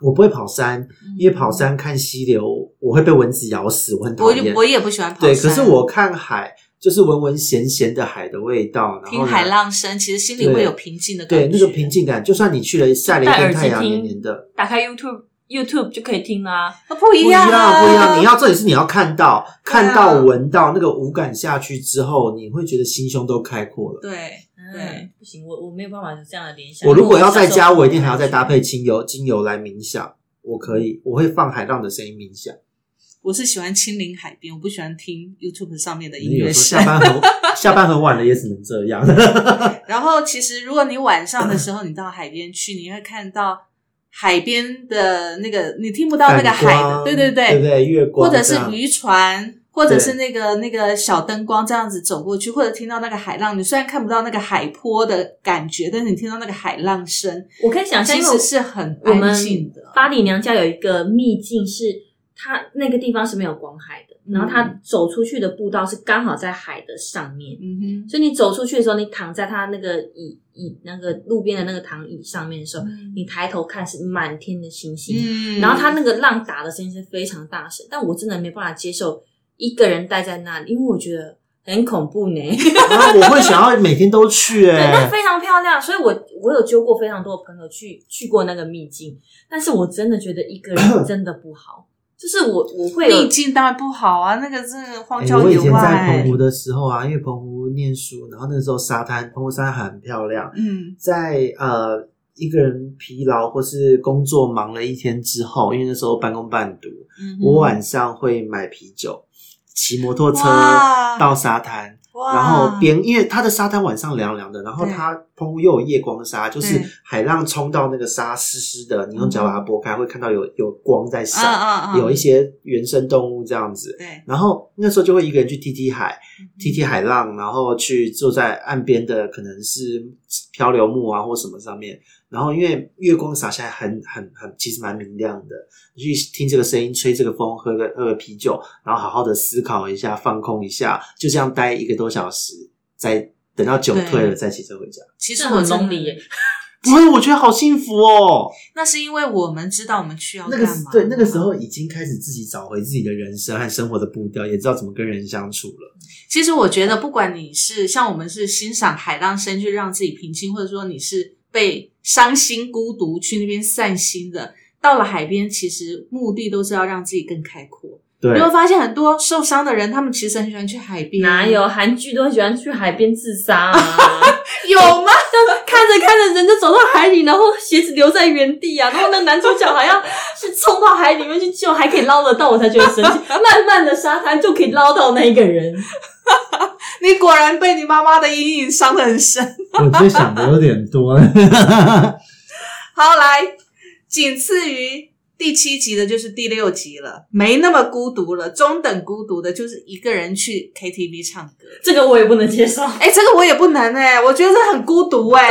Speaker 4: 我不会跑山，
Speaker 1: 嗯
Speaker 4: 因为跑山看溪流，我会被蚊子咬死，我很讨
Speaker 1: 我就
Speaker 4: 厌
Speaker 1: 我。也不喜欢跑山。
Speaker 4: 对，可是我看海，就是闻闻咸咸的海的味道，然后
Speaker 1: 听
Speaker 4: 呢
Speaker 1: 海浪声，其实心里
Speaker 4: 对
Speaker 1: 会有平静的感
Speaker 4: 对
Speaker 1: 觉。
Speaker 4: 那个平。静感，就算你去了晒了一
Speaker 3: 戴耳
Speaker 4: 天
Speaker 3: 机
Speaker 4: 太阳
Speaker 3: 听
Speaker 4: 黏黏的，
Speaker 3: 打开 YouTube YouTube 就可以听啦、
Speaker 1: 不
Speaker 4: 不
Speaker 1: 一
Speaker 4: 一样
Speaker 1: 样啊，
Speaker 4: 不一样。你要这里是你要看到、看
Speaker 1: 对啊
Speaker 4: 到、闻到那个五感下去之后，你会觉得心胸都开阔了。
Speaker 1: 对对
Speaker 3: 对，啊不行，我我没有办法有这样的联想。
Speaker 4: 我如果要在家，
Speaker 3: 因为
Speaker 4: 我一定还要再搭配精油，精油来冥想。我可以，我会放海浪的声音冥想。
Speaker 1: 我是喜欢亲临海边，我不喜欢听 YouTube 上面的音
Speaker 4: 因为
Speaker 1: 乐
Speaker 4: 有时
Speaker 1: 声
Speaker 4: 候下。班很下班很晚了，也只能这样。
Speaker 1: 然后其实如果你晚上的时候你到海边去，你会看到海边的那个，你听不到那个海
Speaker 4: 反
Speaker 1: 的，
Speaker 4: 光
Speaker 1: 对对
Speaker 4: 对不对？月光
Speaker 1: 或
Speaker 4: 这
Speaker 1: 者
Speaker 4: 样，
Speaker 1: 是渔船，或者是那个那个小灯光这样子走过去，或者听到那个海浪，你虽然看不到那个海波的感觉，但是你听到那个海浪声，
Speaker 3: 我可以想象，
Speaker 1: 其
Speaker 3: 因为
Speaker 1: 实是很
Speaker 3: 我
Speaker 1: 安
Speaker 3: 们
Speaker 1: 静的。
Speaker 3: 巴黎娘家有一个秘境是，它那个地方是没有光害的，然后它走出去的步道是刚好在海的上面，
Speaker 1: 嗯哼，
Speaker 3: 所以你走出去的时候，你躺在它那个椅椅那个路边的那个躺椅上面的时候，你抬头看是满天的星星，
Speaker 1: 嗯
Speaker 3: 然后它那个浪打的声音是非常大声，但我真的没办法接受一个人待在那里，因为我觉得很恐怖呢。
Speaker 4: 啊，我会想要每天都 去
Speaker 3: 对，
Speaker 4: 哎、
Speaker 3: 但非常漂亮，所以我我有揪过非常多的朋友去去过那个秘境，但是我真的觉得一个人 真的不好，就是我我会有
Speaker 1: 逆境当然不好啊，那个是荒
Speaker 4: 哎，
Speaker 1: 郊
Speaker 4: 我以
Speaker 1: 野
Speaker 4: 前在
Speaker 1: 外
Speaker 4: 澎。湖的时候啊，因为澎湖念书，然后那个时候沙滩，澎湖沙滩很漂亮。
Speaker 1: 嗯
Speaker 4: 在呃一个人疲劳或是工作忙了一天之后，因为那时候半工半读，
Speaker 1: 嗯哼，
Speaker 4: 我晚上会买啤酒，骑摩托车
Speaker 1: 哇
Speaker 4: 到沙滩，
Speaker 1: 哇
Speaker 4: 然后边因为它的沙滩晚上凉凉的，然后它澎湖又有夜光沙，就是
Speaker 1: 对嗯
Speaker 4: 海浪冲到那个沙湿湿的，你用脚把它拨开，会看到有有光在
Speaker 1: 啊
Speaker 4: 闪，
Speaker 1: 啊啊，
Speaker 4: 有一些原生动物这样子。
Speaker 1: 对
Speaker 4: 然后那时候就会一个人去踢踢海，踢踢海浪，然后去坐在岸边的可能是漂流木啊或什么上面，然后因为月光洒下来很很很，其实蛮明亮的，你去听这个声音，吹这个风，喝个喝个啤酒，然后好好的思考一下，放空一下，就这样待一个多小时，再等到酒退了再骑车回家。
Speaker 1: 其实
Speaker 3: 这
Speaker 1: 我
Speaker 3: 很
Speaker 1: 真
Speaker 3: lonely
Speaker 1: 的
Speaker 3: 耶。
Speaker 4: 不会，我觉得好幸福哦。
Speaker 1: 那是因为我们知道我们去要
Speaker 4: 那
Speaker 1: 干
Speaker 4: 个
Speaker 1: 嘛
Speaker 4: 时。对那个时候已经开始自己找回自己的人生和生活的步调，也知道怎么跟人相处了。
Speaker 1: 其实我觉得，不管你是像我们是欣赏海浪声去让自己平静，或者说你是被伤心、孤独去那边散心的，到了海边，其实目的都是要让自己更开阔。
Speaker 4: 对，
Speaker 1: 你会发现很多受伤的人，他们其实很喜欢去海边。
Speaker 3: 哪有韩剧都喜欢去海边自杀啊？
Speaker 1: 有吗？
Speaker 3: 看着看着人就走到海里，然后鞋子留在原地啊，然后那男主角还要是冲到海里面去救，还可以捞得到，我才觉得神奇。慢慢的沙滩就可以捞到那一个人，
Speaker 1: 你果然被你妈妈的阴影伤得很深。
Speaker 4: 我觉得想的有点多。
Speaker 1: 好，来，仅次于第七集的就是第六集了，没那么孤独了，中等孤独的就是一个人去 KTV 唱歌。
Speaker 3: 这个我也不能接受。
Speaker 1: 哎、这个我也不能哎、我觉得这很孤独哎、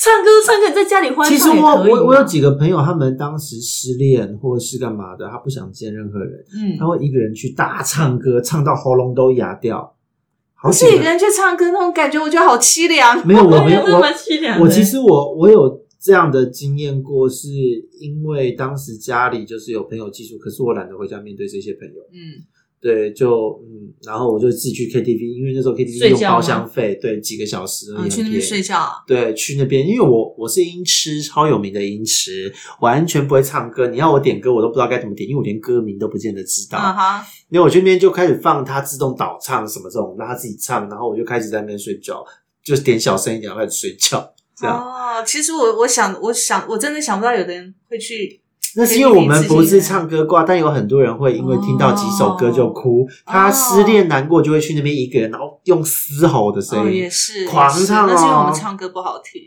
Speaker 3: 唱歌唱歌，你在家里欢唱
Speaker 4: 其
Speaker 3: 也
Speaker 4: 实
Speaker 3: 可以啊
Speaker 4: 我
Speaker 3: 嘛
Speaker 4: 我我有几个朋友，他们当时失恋或是干嘛的，他不想见任何人，
Speaker 1: 嗯
Speaker 4: 他，会一个人去大唱歌，唱到喉咙都哑掉。好
Speaker 1: 自
Speaker 4: 几
Speaker 1: 己一
Speaker 4: 个
Speaker 1: 个人去唱歌那种感觉，我觉得好凄凉。
Speaker 4: 没有，我
Speaker 3: 我
Speaker 4: 没
Speaker 3: 觉
Speaker 4: 有
Speaker 3: 得这
Speaker 4: 我
Speaker 3: 蛮凄凉的
Speaker 4: 我其实我我有这样的经验过，是因为当时家里就是有朋友寄宿，可是我懒得回家面对这些朋友。
Speaker 1: 嗯，
Speaker 4: 对，就嗯，然后我就自己去 KTV，因为那时候 KTV
Speaker 3: 睡
Speaker 4: 用
Speaker 3: 觉吗
Speaker 4: 包厢费，对，几个小时而已，
Speaker 1: 啊
Speaker 4: 很
Speaker 1: 去那边
Speaker 4: 便宜
Speaker 1: 睡觉啊，
Speaker 4: 对，去那边，因为我我是音痴，超有名的音痴，完全不会唱歌。你要我点歌，我都不知道该怎么点，因为我连歌名都不见得知道。
Speaker 1: 啊哈，
Speaker 4: 因为我去那边就开始放它自动导唱什么这种，让它自己唱，然后我就开始在那边睡觉，就是点小声一点，然后开始睡觉。这样，
Speaker 1: 哦，其实我我想，我想，我真的想不到有的人会去，
Speaker 4: 那是因为我们不是唱歌挂，但有很多人会因为听到几首歌就
Speaker 1: 哦
Speaker 4: 哭。他失恋难过就会去那边一个人，然后用嘶吼的
Speaker 1: 哦，
Speaker 4: 声音，
Speaker 1: 也是
Speaker 4: 狂唱
Speaker 1: 也是那是因为我们
Speaker 4: 哦
Speaker 1: 唱歌不好听，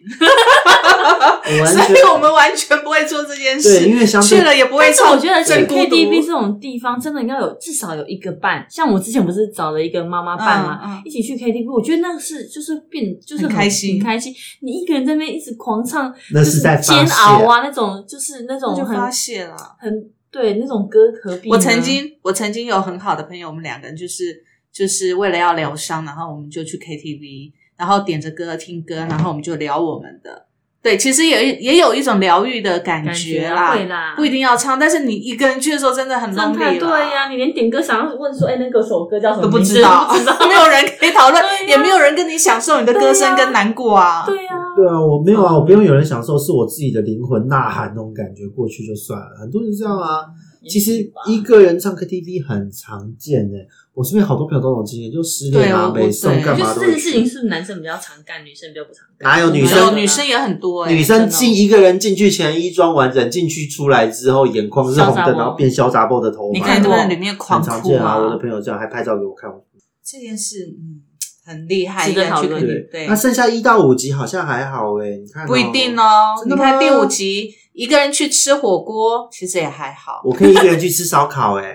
Speaker 4: 我完
Speaker 1: 所以
Speaker 4: 全
Speaker 1: 我们完全不会做这件
Speaker 4: 对，
Speaker 1: 事，
Speaker 4: 因为相
Speaker 1: 去
Speaker 4: 对
Speaker 1: 了也不会
Speaker 3: 但是
Speaker 1: 唱，嗯
Speaker 3: 我觉得
Speaker 1: 真
Speaker 3: 去
Speaker 1: 孤独
Speaker 3: KTV 这种地方，真的要有至少有一个伴。像我之前不是找了一个妈妈伴嘛，
Speaker 1: 嗯嗯
Speaker 3: 一起去 KTV，我觉得那个是就是变就是
Speaker 1: 很开心
Speaker 3: 很开心。你一个人在那边一直狂唱，
Speaker 4: 那
Speaker 3: 就是
Speaker 4: 在发
Speaker 3: 煎熬
Speaker 4: 泄
Speaker 3: 啊，那种就是那
Speaker 1: 那
Speaker 3: 种
Speaker 1: 就发
Speaker 3: 很
Speaker 1: 泄了。
Speaker 3: 很对那种歌何必呢？
Speaker 1: 我曾经，我曾经有很好的朋友，我们两个人就是就是为了要疗伤，然后我们就去 KTV，然后点着歌听歌，然后我们就聊我们的。对，其实也也有一种疗愈的感
Speaker 3: 感
Speaker 1: 觉
Speaker 3: 觉
Speaker 1: 啦，
Speaker 3: 会啦，
Speaker 1: 不一定要唱，但是你一个人去的时候真的很
Speaker 3: 真
Speaker 1: lonely
Speaker 3: 的
Speaker 1: 啦
Speaker 3: 对、呀、你连点歌想要问说，哎、那个首歌叫什么
Speaker 1: 都不
Speaker 3: 名字
Speaker 1: 知道，啊
Speaker 3: 都不 知道
Speaker 1: 没有人可以讨论，
Speaker 3: 对呀
Speaker 1: 也没有人跟你享受你的歌声跟难过啊。
Speaker 3: 对呀、
Speaker 4: 对啊，我没有啊，我不用有人享受，是我自己的灵魂呐喊那种感觉过去就算了。很多人这样啊，
Speaker 1: 嗯
Speaker 4: 其实一个人唱 KTV 很常见的、我身边好多朋友都有经验，就失恋啊、
Speaker 1: 对我
Speaker 4: 被送
Speaker 1: 对
Speaker 4: 干
Speaker 3: 就
Speaker 4: 嘛
Speaker 3: 是
Speaker 4: 都
Speaker 3: 这件
Speaker 4: 会
Speaker 3: 事
Speaker 4: 去
Speaker 3: 情。是不是男生比较常干，女生比较不常干？
Speaker 4: 哪有女
Speaker 1: 没有
Speaker 4: 生
Speaker 1: 女生也很多、欸，
Speaker 4: 女生进一个人进去前衣装完整，进去出来之后眼眶是红
Speaker 3: 潇洒
Speaker 4: 的，
Speaker 3: 不
Speaker 4: 然后变潇洒爆的头
Speaker 1: 你
Speaker 4: 发，
Speaker 1: 看
Speaker 3: 很
Speaker 1: 他
Speaker 3: 多
Speaker 1: 们里面狂
Speaker 4: 很常
Speaker 1: 哭
Speaker 4: 见啊。我的朋友这样还拍照给我看，
Speaker 1: 这件事嗯很厉害，
Speaker 3: 值得
Speaker 1: 一个人去
Speaker 3: 讨论
Speaker 1: KTV
Speaker 4: 对
Speaker 1: 对
Speaker 4: 那剩下一到五集好像还好哎、你看、
Speaker 1: 不一定。哦。
Speaker 4: 真
Speaker 1: 你
Speaker 4: 的吗
Speaker 1: 看第五集，一个人去吃火锅，其实也还好。
Speaker 4: 我可以一个人去吃烧烤哎、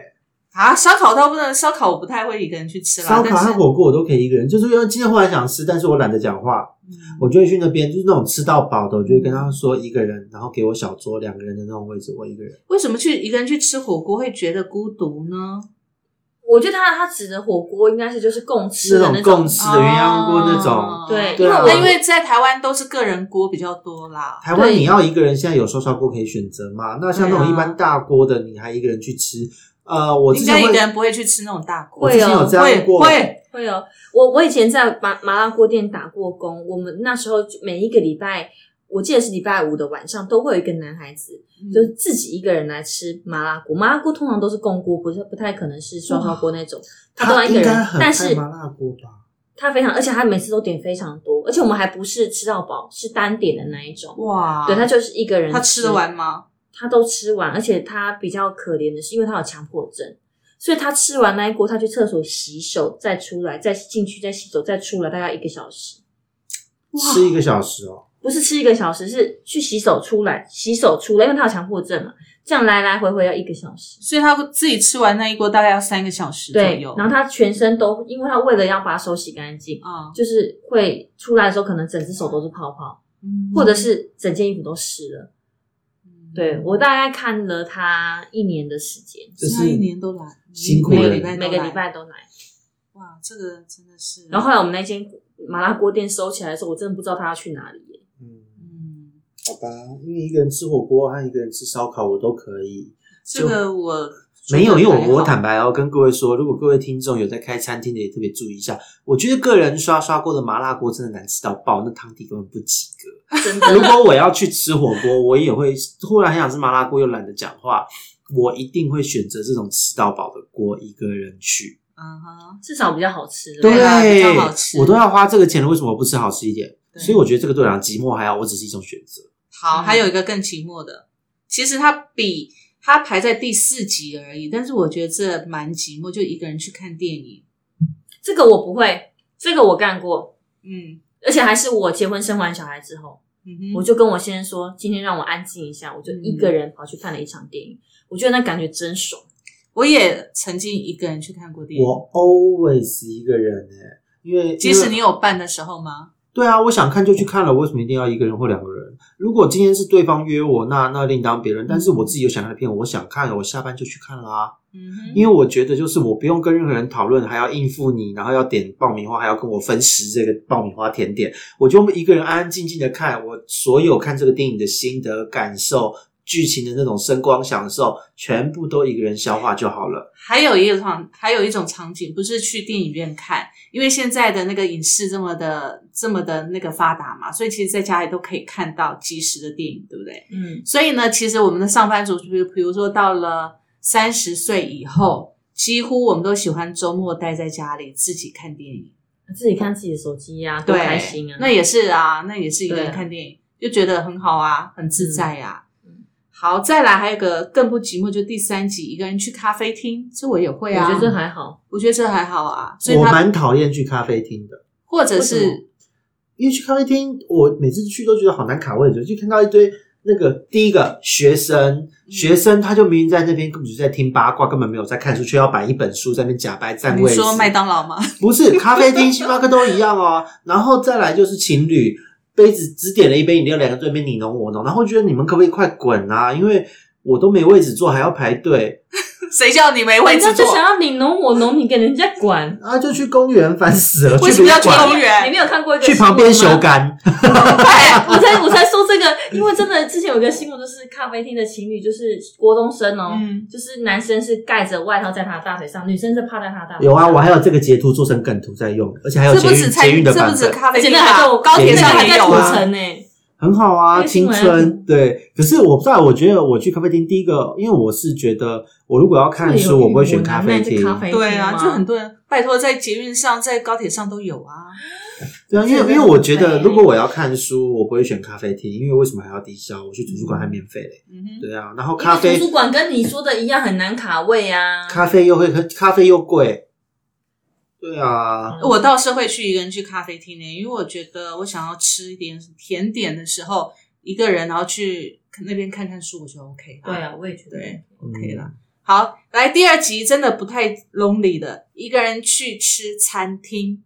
Speaker 1: 啊，烧烤倒不能，烧烤我不太会一个人去吃啦。
Speaker 4: 烧烤
Speaker 1: 但
Speaker 4: 和
Speaker 1: 是
Speaker 4: 火锅我都可以一个人，就是因为今天忽然想吃，但是我懒得讲话，
Speaker 1: 嗯
Speaker 4: 我就会去那边，就是那种吃到饱的，我就会跟他说一个人，然后给我小桌两个人的那种位置，我一个人。
Speaker 1: 为什么去一个人去吃火锅会觉得孤独呢？
Speaker 3: 我觉得他他指的火锅应该是就是共吃
Speaker 4: 是
Speaker 3: 的
Speaker 4: 那
Speaker 3: 那
Speaker 4: 种共吃的鸳鸯锅那种。
Speaker 1: 哦
Speaker 3: 对
Speaker 4: 对啊
Speaker 1: 那因为在台湾都是个人锅比较多啦。
Speaker 4: 台湾
Speaker 3: 对
Speaker 4: 你要一个人，现在有烧烧锅可以选择嘛？那像那
Speaker 1: 对
Speaker 4: 种
Speaker 1: 啊
Speaker 4: 一般大锅的，你还一个人去吃，呃，我之
Speaker 1: 应
Speaker 4: 前
Speaker 1: 该一
Speaker 4: 会
Speaker 1: 个人不会去吃那种大锅，
Speaker 4: 我之前有这样
Speaker 1: 会
Speaker 4: 过，
Speaker 1: 会
Speaker 3: 会哦，我我以前在麻麻辣锅店打过工，我们那时候就每一个礼拜，我记得是礼拜五的晚上，都会有一个男孩子，
Speaker 1: 嗯
Speaker 3: 就是自己一个人来吃麻辣锅。麻辣锅通常都是共锅，不是不太可能是双烧锅那种，他都要一个
Speaker 4: 应
Speaker 3: 人
Speaker 4: 该，很
Speaker 3: 但
Speaker 4: 爱
Speaker 3: 是
Speaker 4: 麻辣锅吧？
Speaker 3: 他非常，而且他每次都点非常多，而且我们还不是吃到饱，是单点的那一种。
Speaker 1: 哇，
Speaker 3: 对他就是一个人，
Speaker 1: 他吃得完吗？
Speaker 3: 他都吃完，而且他比较可怜的是，因为他有强迫症，所以他吃完那一锅，他去厕所洗手，再出来，再进去，再洗手，再出来，大概一个小时。
Speaker 4: 吃一个小时哦，
Speaker 3: 不是吃一个小时，是去洗手出来，洗手出来，因为他有强迫症嘛，这样来来回回要一个小时。
Speaker 1: 所以他自己吃完那一锅大概要三个小时左
Speaker 3: 对
Speaker 1: 右，。
Speaker 3: 然后他全身都，因为他为了要把手洗干净，
Speaker 1: 啊，
Speaker 3: 就是会出来的时候，可能整只手都是泡泡，
Speaker 1: 嗯
Speaker 3: 或者是整件衣服都湿了。对
Speaker 1: 嗯
Speaker 3: 我大概看了他一年的时间，
Speaker 4: 就
Speaker 1: 现在
Speaker 4: 是
Speaker 1: 一年都来，
Speaker 4: 辛苦
Speaker 1: 每
Speaker 4: 了
Speaker 1: 个礼拜都
Speaker 3: 每个
Speaker 1: 来
Speaker 3: 礼拜都来。
Speaker 1: 哇，这个真的是。
Speaker 3: 然后后来我们那间麻辣锅店收起来的时候，我真的不知道他要去哪里耶。
Speaker 4: 嗯，
Speaker 1: 嗯，
Speaker 4: 好吧，因为一个人吃火锅和一个人吃烧烤我都可以。
Speaker 1: 这个我觉得
Speaker 4: 没有，因为
Speaker 1: 还
Speaker 4: 我
Speaker 1: 好
Speaker 4: 我坦白哦，跟各位说，如果各位听众有在开餐厅的，也特别注意一下。我觉得个人刷刷锅的麻辣锅真的难吃到爆，那汤底根本不及格。
Speaker 3: 真的，
Speaker 4: 如果我要去吃火锅，我也会突然很想吃麻辣锅，又懒得讲话，我一定会选择这种吃到饱的锅，一个人去。
Speaker 1: 嗯哼，
Speaker 3: 至少比较好吃。
Speaker 1: 对
Speaker 3: 不
Speaker 1: 啊比较好吃
Speaker 4: 我都要花这个钱了，为什么不吃好吃一点？
Speaker 1: 对
Speaker 4: 所以我觉得这个对我来讲寂寞还好，我只是一种选择。
Speaker 1: 好，
Speaker 3: 嗯
Speaker 1: 还有一个更寂寞的，其实它比它排在第四集而已，但是我觉得这蛮寂寞，就一个人去看电影。
Speaker 3: 这个我不会，这个我干过，
Speaker 1: 嗯
Speaker 3: 而且还是我结婚生完小孩之后，
Speaker 1: 嗯哼，
Speaker 3: 我就跟我先生说，今天让我安静一下，我就一个人跑去看了一场电影。我觉得那感觉真爽，
Speaker 1: 我也曾经一个人去看过电影，
Speaker 4: 我 always 一个人哎、因为
Speaker 1: 即使
Speaker 4: 因为
Speaker 1: 你有伴的时候吗？
Speaker 4: 对啊，我想看就去看了，为什么一定要一个人或两个人？如果今天是对方约我，那那另当别论。但是我自己有想看的片，我想看，我下班就去看啦。
Speaker 1: 嗯哼，
Speaker 4: 因为我觉得就是我不用跟任何人讨论，还要应付你，然后要点爆米花，还要跟我分食这个爆米花甜点，我就一个人安安静静的看我所有看这个电影的心得感受。剧情的那种声光享受，全部都一个人消化就好了。
Speaker 1: 还有一个场，还有一种场景，不是去电影院看，因为现在的那个影视这么的、这么的那个发达嘛，所以其实在家里都可以看到及时的电影，对不对？
Speaker 3: 嗯，
Speaker 1: 所以呢，其实我们的上班族，比如比如说到了三十岁以后，几乎我们都喜欢周末待在家里自己看电影，
Speaker 3: 自己看自己的手机呀、多
Speaker 1: 对，
Speaker 3: 开心啊！
Speaker 1: 那也是啊，那也是一个人
Speaker 3: 对啊
Speaker 1: 看电影，就觉得很好啊，很自在呀、啊。
Speaker 3: 嗯
Speaker 1: 好，再来还有个更不寂寞，就第三集，一个人去咖啡厅，这我也会啊。
Speaker 3: 我觉得这还好，
Speaker 1: 我觉得这还好啊，所以
Speaker 4: 我
Speaker 1: 他
Speaker 4: 蛮讨厌去咖啡厅的，
Speaker 1: 或者
Speaker 3: 为什么
Speaker 1: 是
Speaker 4: 因为去咖啡厅，我每次去都觉得好难卡位置，就看到一堆那个第一个学生，
Speaker 1: 嗯
Speaker 4: 学生他就明明在那边根本就在听八卦，根本没有在看书，却要摆一本书在那边假掰占
Speaker 1: 你
Speaker 4: 位置。
Speaker 1: 说麦当劳吗？
Speaker 4: 不是咖啡厅、星巴克都一样哦。然后再来就是情侣，杯子只点了一杯饮料，两个对面你侬我侬，然后觉得你们可不可以快滚啊？因为我都没位置坐，还要排队，
Speaker 1: 谁叫你没位
Speaker 3: 人家
Speaker 1: 置
Speaker 3: 就
Speaker 1: 坐？
Speaker 3: 想要你侬我侬你，给人家 管。
Speaker 4: 啊，就去公园，烦死了。
Speaker 1: 为什么要去
Speaker 4: 去旅馆
Speaker 1: 公园
Speaker 3: 你没有看过一个
Speaker 4: 去旁边
Speaker 3: 新
Speaker 4: 修
Speaker 3: 闻吗
Speaker 4: 干？
Speaker 3: 对，我才我才说这个，因为真的之前有一个新闻，就是咖啡厅的情侣，就是国中生哦，
Speaker 1: 嗯
Speaker 3: 就是男生是盖着外套在他的大腿上，女生是趴在他的大腿
Speaker 4: 有
Speaker 3: 上。
Speaker 4: 啊，我还有这个截图做成梗图在用，而且还有
Speaker 1: 这
Speaker 4: 捷
Speaker 1: 不止
Speaker 4: 运
Speaker 1: 才，
Speaker 4: 捷运的
Speaker 1: 这不
Speaker 4: 版
Speaker 1: 止
Speaker 4: 本，
Speaker 1: 咖啡
Speaker 3: 而且
Speaker 1: 厅
Speaker 3: 那还在
Speaker 1: 啊，
Speaker 3: 我
Speaker 1: 高铁上
Speaker 3: 还
Speaker 1: 也
Speaker 3: 在
Speaker 1: 有
Speaker 3: 土
Speaker 1: 啊。
Speaker 3: 城呢。
Speaker 4: 很好啊，
Speaker 3: 那个新
Speaker 4: 青
Speaker 3: 闻
Speaker 4: 春。对，可是我不知道，我觉得我去咖啡厅，第一个，因为我是觉得我如果要看书，我不会选咖啡厅。
Speaker 1: 对啊，就很
Speaker 3: 多。
Speaker 1: 多人拜托在捷运上、在高铁上都有啊。
Speaker 4: 对啊，因为
Speaker 3: 这个
Speaker 4: 因为我觉
Speaker 3: 很
Speaker 4: 得，
Speaker 3: 美
Speaker 4: 如果我要看书，我不会选咖啡厅，因为为什么还要低消？我去图书馆还免费嘞。
Speaker 1: 嗯哼，
Speaker 4: 对啊，然后咖
Speaker 3: 因为
Speaker 4: 啡
Speaker 3: 哎图书馆跟你说的一样，很难卡位啊。
Speaker 4: 咖啡又会咖啡又贵。对啊，
Speaker 1: 我倒是会去一个人去咖啡厅呢，因为我觉得我想要吃一点甜点的时候，一个人然后去那边看看书，我觉得 OK 啦。
Speaker 3: 对啊，我也觉得。
Speaker 1: 对
Speaker 4: 嗯
Speaker 1: ，OK 啦。好，来第二集真的不太 lonely 的，一个人去吃餐厅，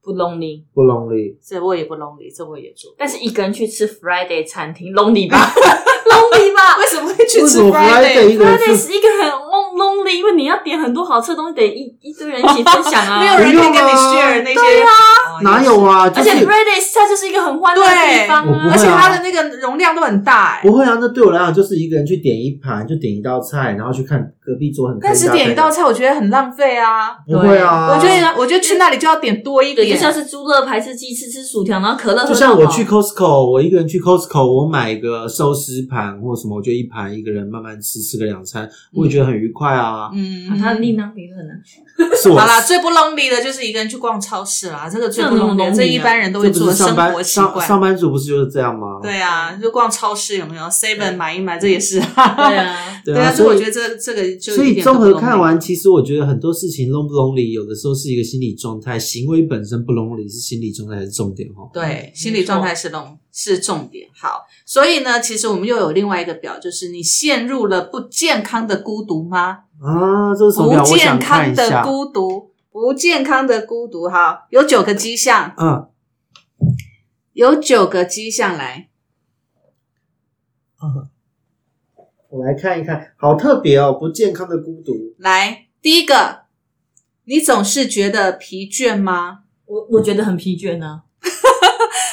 Speaker 3: 不 lonely，
Speaker 4: 不 lonely。
Speaker 1: 这我也不 lonely，这我也做。
Speaker 3: 但是一个人去吃 Friday 餐厅 lonely 吧 ，lonely 吧
Speaker 1: 为什么会 去
Speaker 4: 为
Speaker 1: 吃
Speaker 4: 什么 Friday
Speaker 1: Friday？
Speaker 4: 一个人
Speaker 3: ，Friday
Speaker 4: 吃？
Speaker 3: 是一个很 lon- lonely，因为你要点很多好吃的东西，得一一堆人一起分享啊。
Speaker 1: 没有人可以跟
Speaker 4: 不用
Speaker 1: 你
Speaker 4: 啊
Speaker 1: share 那些
Speaker 3: 对啊
Speaker 1: 哦
Speaker 4: 哪有啊？就
Speaker 3: 而
Speaker 4: 是
Speaker 3: 且 Friday 它就是一个很欢乐的地方
Speaker 4: 对我不
Speaker 3: 啊，
Speaker 4: 会
Speaker 1: 而且它的那个容量都很大哎、
Speaker 4: 不会啊，那对我来讲就是一个人去点一盘，就点一道菜，然后去看隔壁桌很开
Speaker 1: 但
Speaker 4: 心
Speaker 1: 是
Speaker 4: 大家在
Speaker 1: 点一道菜，我觉得很浪费啊。
Speaker 4: 不会啊，
Speaker 1: 我觉得，我觉得去那里就要点多一
Speaker 3: 对，就
Speaker 1: 点。
Speaker 3: 像是猪肋排吃鸡翅吃薯条，然后可乐喝
Speaker 4: 就像我
Speaker 3: 到饱
Speaker 4: 去 Costco，我一个人去 Costco，我买个寿司盘或什么，我就一盘一个人慢慢吃，吃个两餐，我也觉得很愉快啊。
Speaker 1: 嗯
Speaker 3: 啊，他的力呢？理论呢？
Speaker 4: 是我
Speaker 1: 好啦，最不 lonely 的就是一个人去逛超市啊啦，这个最不
Speaker 3: 这种
Speaker 1: lonely，
Speaker 3: lonely
Speaker 1: 的这一般人都会
Speaker 4: 这不
Speaker 1: 做的
Speaker 4: 是
Speaker 1: 生
Speaker 4: 上班
Speaker 1: 活习
Speaker 4: 上
Speaker 1: 惯。
Speaker 4: 上班族不是就是这样吗？
Speaker 1: 对啊，就逛超市有没有 seven 买一买，这也是。
Speaker 3: 对
Speaker 1: 对，
Speaker 3: 啊，
Speaker 4: 对
Speaker 1: 啊，
Speaker 4: 啊，
Speaker 1: 所以
Speaker 4: 所
Speaker 1: 我
Speaker 4: 以
Speaker 1: 觉得这这个就
Speaker 4: 所
Speaker 1: 一
Speaker 4: 以
Speaker 1: 点都
Speaker 4: 综
Speaker 1: 不
Speaker 4: 合看
Speaker 1: lonely
Speaker 4: 完，其实我觉得很多事情 lon 不 lonely，有的时候是一个心理状态，行为本身不 lonely 是心理状态还是重点哦。
Speaker 1: 对，心理状态是重是重点。好，所以呢，其实我们又有另外一个表，就是你陷入了不健康的孤独吗？
Speaker 4: 啊，这是什么
Speaker 1: 不
Speaker 4: 表？我
Speaker 1: 健
Speaker 4: 想看
Speaker 1: 康
Speaker 4: 一
Speaker 1: 的
Speaker 4: 下。
Speaker 1: 孤独，不健康的孤独。好，有九个迹象，
Speaker 4: 嗯，
Speaker 1: 有九个迹象来。
Speaker 4: 我来看一看，好特别哦，不健康的孤独。
Speaker 1: 来，第一个，你总是觉得疲倦吗？
Speaker 3: 我我觉得很疲倦啊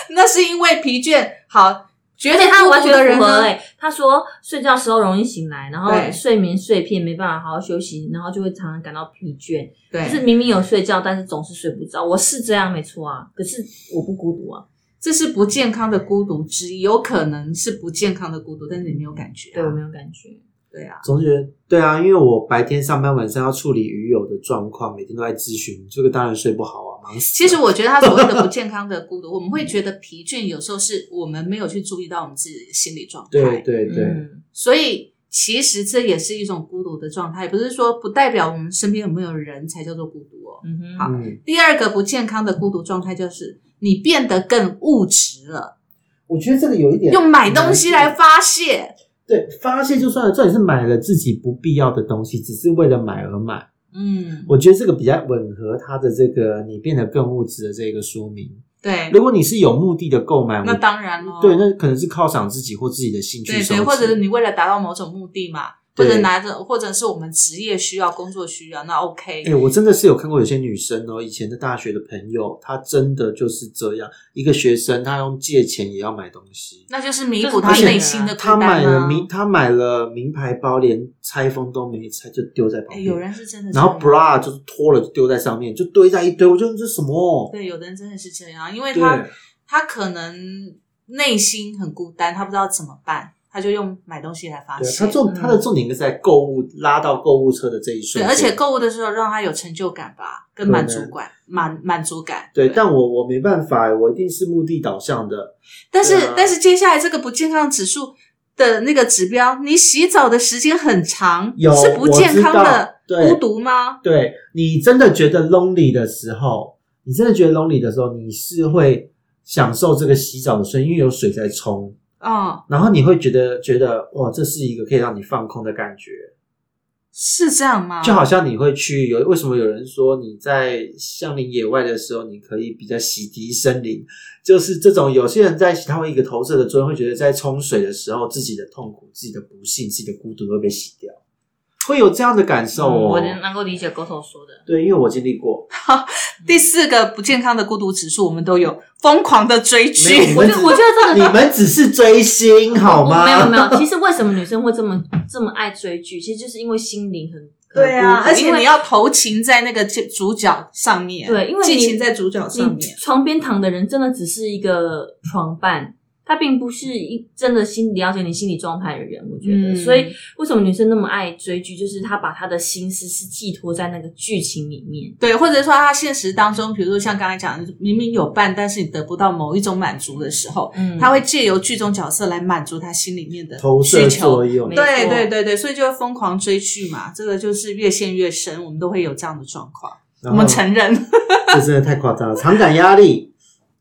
Speaker 3: 呢、
Speaker 1: 那是因为疲倦。好，觉
Speaker 3: 而
Speaker 1: 得
Speaker 3: 且他
Speaker 1: 孤
Speaker 3: 完
Speaker 1: 独的
Speaker 3: 全
Speaker 1: 人
Speaker 3: 符合
Speaker 1: 呢？
Speaker 3: 哎、他说睡觉时候容易醒来，然后
Speaker 1: 对
Speaker 3: 睡眠碎片，没办法好好休息，然后就会常常感到疲倦。就
Speaker 1: 对，
Speaker 3: 是明明有睡觉，但是总是睡不着。我是这样没错啊，可是我不孤独啊，
Speaker 1: 这是不健康的孤独之一，有可能是不健康的孤独，但是你没有感觉、
Speaker 3: 对我
Speaker 1: 啊。
Speaker 3: 没有感觉。
Speaker 1: 对啊，
Speaker 4: 总觉得对啊，因为我白天上班，晚上要处理鱼友的状况，每天都在咨询，这个当然睡不好啊，忙死。
Speaker 1: 其实我觉得他所谓的不健康的孤独，我们会觉得疲倦，有时候是我们没有去注意到我们自己的心理状态。
Speaker 4: 对对对，
Speaker 3: 嗯，
Speaker 1: 所以其实这也是一种孤独的状态，不是说不代表我们身边有没有人才叫做孤独哦。
Speaker 3: 嗯哼，
Speaker 1: 好
Speaker 4: 嗯，
Speaker 1: 第二个不健康的孤独状态就是你变得更物质了，
Speaker 4: 我觉得这个有一点
Speaker 1: 用买东西来发泄。
Speaker 4: 对发泄就算了，重点是买了自己不必要的东西，只是为了买而买。
Speaker 1: 嗯，
Speaker 4: 我觉得这个比较吻合他的这个你变得更物质的这个说明。
Speaker 1: 对，
Speaker 4: 如果你是有目的的购买，
Speaker 1: 那
Speaker 4: 我
Speaker 1: 当然喽。
Speaker 4: 对，那可能是犒赏自己或自己的兴趣
Speaker 1: 对
Speaker 4: 收
Speaker 1: 对，
Speaker 4: 集
Speaker 1: 或者是你为了达到某种目的嘛，或
Speaker 4: 对
Speaker 1: 者拿着，或者是我们职业需要、工作需要，那 OK。
Speaker 4: 哎、我真的是有看过有些女生哦，以前的大学的朋友，她真的就是这样，一个学生，她用借钱也要买东西。
Speaker 1: 那就是弥补
Speaker 3: 这
Speaker 1: 他
Speaker 3: 是不
Speaker 1: 内
Speaker 3: 健
Speaker 1: 心
Speaker 3: 康
Speaker 1: 的孤
Speaker 4: 她
Speaker 1: 单
Speaker 4: 买了
Speaker 1: 啊。
Speaker 4: 名，她买了名牌包，连拆封都没拆，就丢在旁
Speaker 1: 哎，
Speaker 4: 边。
Speaker 1: 有人是真的这
Speaker 4: 然
Speaker 1: 样，啊
Speaker 4: 后 bra 就是脱了就丢在上面，就堆在一堆。我就这什么？哦
Speaker 1: 对，有的人真的是这样，因为
Speaker 4: 对
Speaker 1: 他他可能内心很孤单，他不知道怎么办，他就用买东西来发
Speaker 4: 对，
Speaker 1: 泄。
Speaker 4: 她啊重她的重点应该是在购物拉到购物车的这一瞬
Speaker 1: 对，
Speaker 4: 间。
Speaker 1: 而且购物的时候让他有成就感吧，跟
Speaker 4: 可
Speaker 1: 满
Speaker 4: 能
Speaker 1: 足感、满满足感。
Speaker 4: 对，但我我没办法，我一定是目的导向的。
Speaker 1: 但是、
Speaker 4: 对啊
Speaker 1: 但是接下来这个不健康指数的那个指标，你洗澡的时间很长，
Speaker 4: 有
Speaker 1: 是不健康的
Speaker 4: 我知道对
Speaker 1: 孤独吗？
Speaker 4: 对你真的觉得 lonely 的时候，你真的觉得 lonely 的时候，你是会享受这个洗澡的声音，因为有水在冲，
Speaker 1: 嗯，
Speaker 4: 然后你会觉得觉得哇，这是一个可以让你放空的感觉，
Speaker 1: 是这样
Speaker 3: 啊
Speaker 1: 吗？
Speaker 4: 就好像你会去有为什么有人说你在相邻野外的时候，你可以比较洗涤森林，就是这种有些人在他会一个投射的作用，会觉得在冲水的时候，自己的痛苦、自己的不幸、自己的孤独会被洗掉，会有这样的感受
Speaker 3: 嗯
Speaker 4: 哦。
Speaker 3: 我能够理解 g o t o 说的，
Speaker 4: 对，因为我经历过。
Speaker 1: 第四个不健康的孤独指数，我们都有疯狂的追
Speaker 4: 没
Speaker 1: 剧
Speaker 4: 有，
Speaker 3: 我就我觉得这个
Speaker 4: 你们只是追星好吗？
Speaker 3: 我没有没有，其实为什么女生会这么这么爱追剧，其实就是因为心灵很
Speaker 1: 对啊，而
Speaker 3: 因
Speaker 1: 且
Speaker 3: 为
Speaker 1: 你要投情在那个主角上面，
Speaker 3: 对因为
Speaker 1: 寄
Speaker 3: 你
Speaker 1: 情在主角上
Speaker 3: 你
Speaker 1: 面，
Speaker 3: 床边躺的人真的只是一个床伴，他并不是一真的心了解你心理状态的人。我觉得，
Speaker 1: 嗯
Speaker 3: 所以为什么女生那么爱追剧，就是她把她的心思是寄托在那个剧情里面。
Speaker 1: 对，或者说他现实当中，比如说像刚才讲，的，明明有伴，但是你得不到某一种满足的时候，
Speaker 3: 嗯
Speaker 1: 他会借由剧中角色来满足他心里面的
Speaker 4: 投射
Speaker 1: 需求
Speaker 4: 作。用
Speaker 3: 没。
Speaker 1: 对
Speaker 3: 错
Speaker 1: 对对对，所以就会疯狂追剧嘛，这个就是越陷越深，我们都会有这样的状况，我
Speaker 4: 然后
Speaker 1: 们承认。
Speaker 4: 这真的太夸张了，常感压
Speaker 3: 嗯
Speaker 4: 力，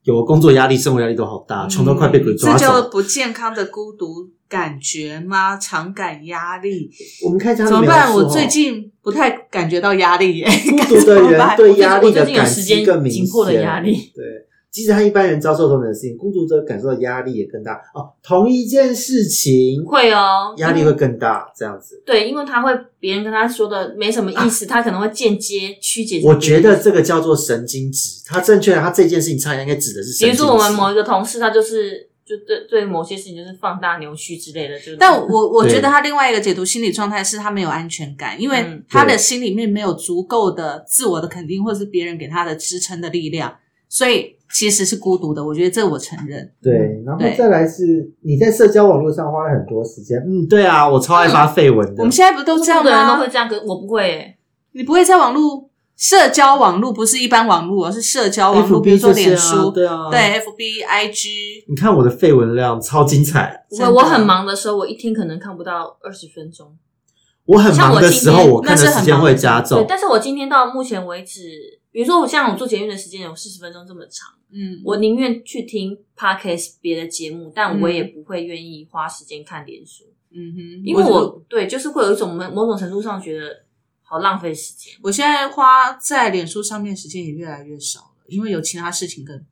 Speaker 4: 有工作压力、生活压力都好大，穷到快被鬼抓
Speaker 1: 这叫
Speaker 4: 走。
Speaker 1: 不健康的孤独感觉吗？常感压力
Speaker 4: 我们看一下
Speaker 1: 怎
Speaker 4: 他
Speaker 1: 么
Speaker 4: 的描
Speaker 1: 办？
Speaker 4: 述
Speaker 1: 我
Speaker 4: 哦
Speaker 1: 最近不太感觉到压力耶，
Speaker 4: 孤独的
Speaker 1: 怎么
Speaker 4: 人
Speaker 1: 办
Speaker 4: 对压力
Speaker 3: 我最
Speaker 4: 的
Speaker 3: 近有
Speaker 4: 感
Speaker 3: 时
Speaker 4: 知
Speaker 3: 间
Speaker 4: 更明显。
Speaker 3: 紧迫的压力，
Speaker 4: 对，即使他一般人遭受同等的事情，孤独者感受到压力也更大哦。同一件事情，
Speaker 3: 会哦，
Speaker 4: 压力会更大，这样子。
Speaker 3: 对，因为他会别人跟他说的没什么意思，他可能会间接曲解。
Speaker 4: 啊我觉得，这个叫做神经质，他正确的他这件事情差点应该指的是
Speaker 3: 比
Speaker 4: 神
Speaker 3: 如
Speaker 4: 经质。
Speaker 3: 说我们某一个同事，他就是就对对某些事情就是放大扭曲之类的，就是
Speaker 1: 但 我我
Speaker 4: 对
Speaker 1: 觉得他另外一个解读心理状态是他没有安全感，因为
Speaker 3: 嗯
Speaker 1: 他的
Speaker 4: 对
Speaker 1: 心里面没有足够的自我的肯定，或者是别人给他的支撑的力量，所以其实是孤独的。我觉得这我承认。
Speaker 4: 对，然后
Speaker 1: 对
Speaker 4: 再来是你在社交网络上花了很多时间。嗯，对啊，我超爱发绯闻的。
Speaker 1: 嗯我们现在不都这样啊
Speaker 3: 的人都
Speaker 1: 吗
Speaker 3: 会？这样，可我不会耶。
Speaker 1: 你不会在网络社交网络，不是一般网络哦，是社交网络，
Speaker 4: FB
Speaker 1: 比如说
Speaker 4: 这些啊
Speaker 1: 脸书，
Speaker 4: 对啊，
Speaker 1: 对。FB、IG。
Speaker 4: 你看我的绯闻量超精彩，
Speaker 3: 不
Speaker 1: 真
Speaker 3: 会，
Speaker 1: 的
Speaker 3: 我很忙的时候，我一天可能看不到二十分钟。
Speaker 4: 我很
Speaker 3: 像
Speaker 4: 忙
Speaker 3: 我
Speaker 4: 的
Speaker 3: 今
Speaker 4: 时候，
Speaker 3: 天
Speaker 4: 我看
Speaker 1: 那
Speaker 4: 的
Speaker 1: 是很
Speaker 4: 时间
Speaker 1: 忙
Speaker 4: 会
Speaker 1: 的时候
Speaker 4: 加
Speaker 3: 对，
Speaker 4: 重。
Speaker 3: 但是我今天到目前为止，比如说我像我做捷运的时间有四十分钟这么长，
Speaker 1: 嗯，
Speaker 3: 我宁愿去听 podcast 别的节目，但我也不会愿意花时间看脸书，
Speaker 1: 嗯哼，
Speaker 3: 因为我
Speaker 1: 我
Speaker 3: 对就是会有一种某某种程度上觉得好浪费时间。
Speaker 1: 我现在花在脸书上面时间也越来越少了，因为有其他事情更做。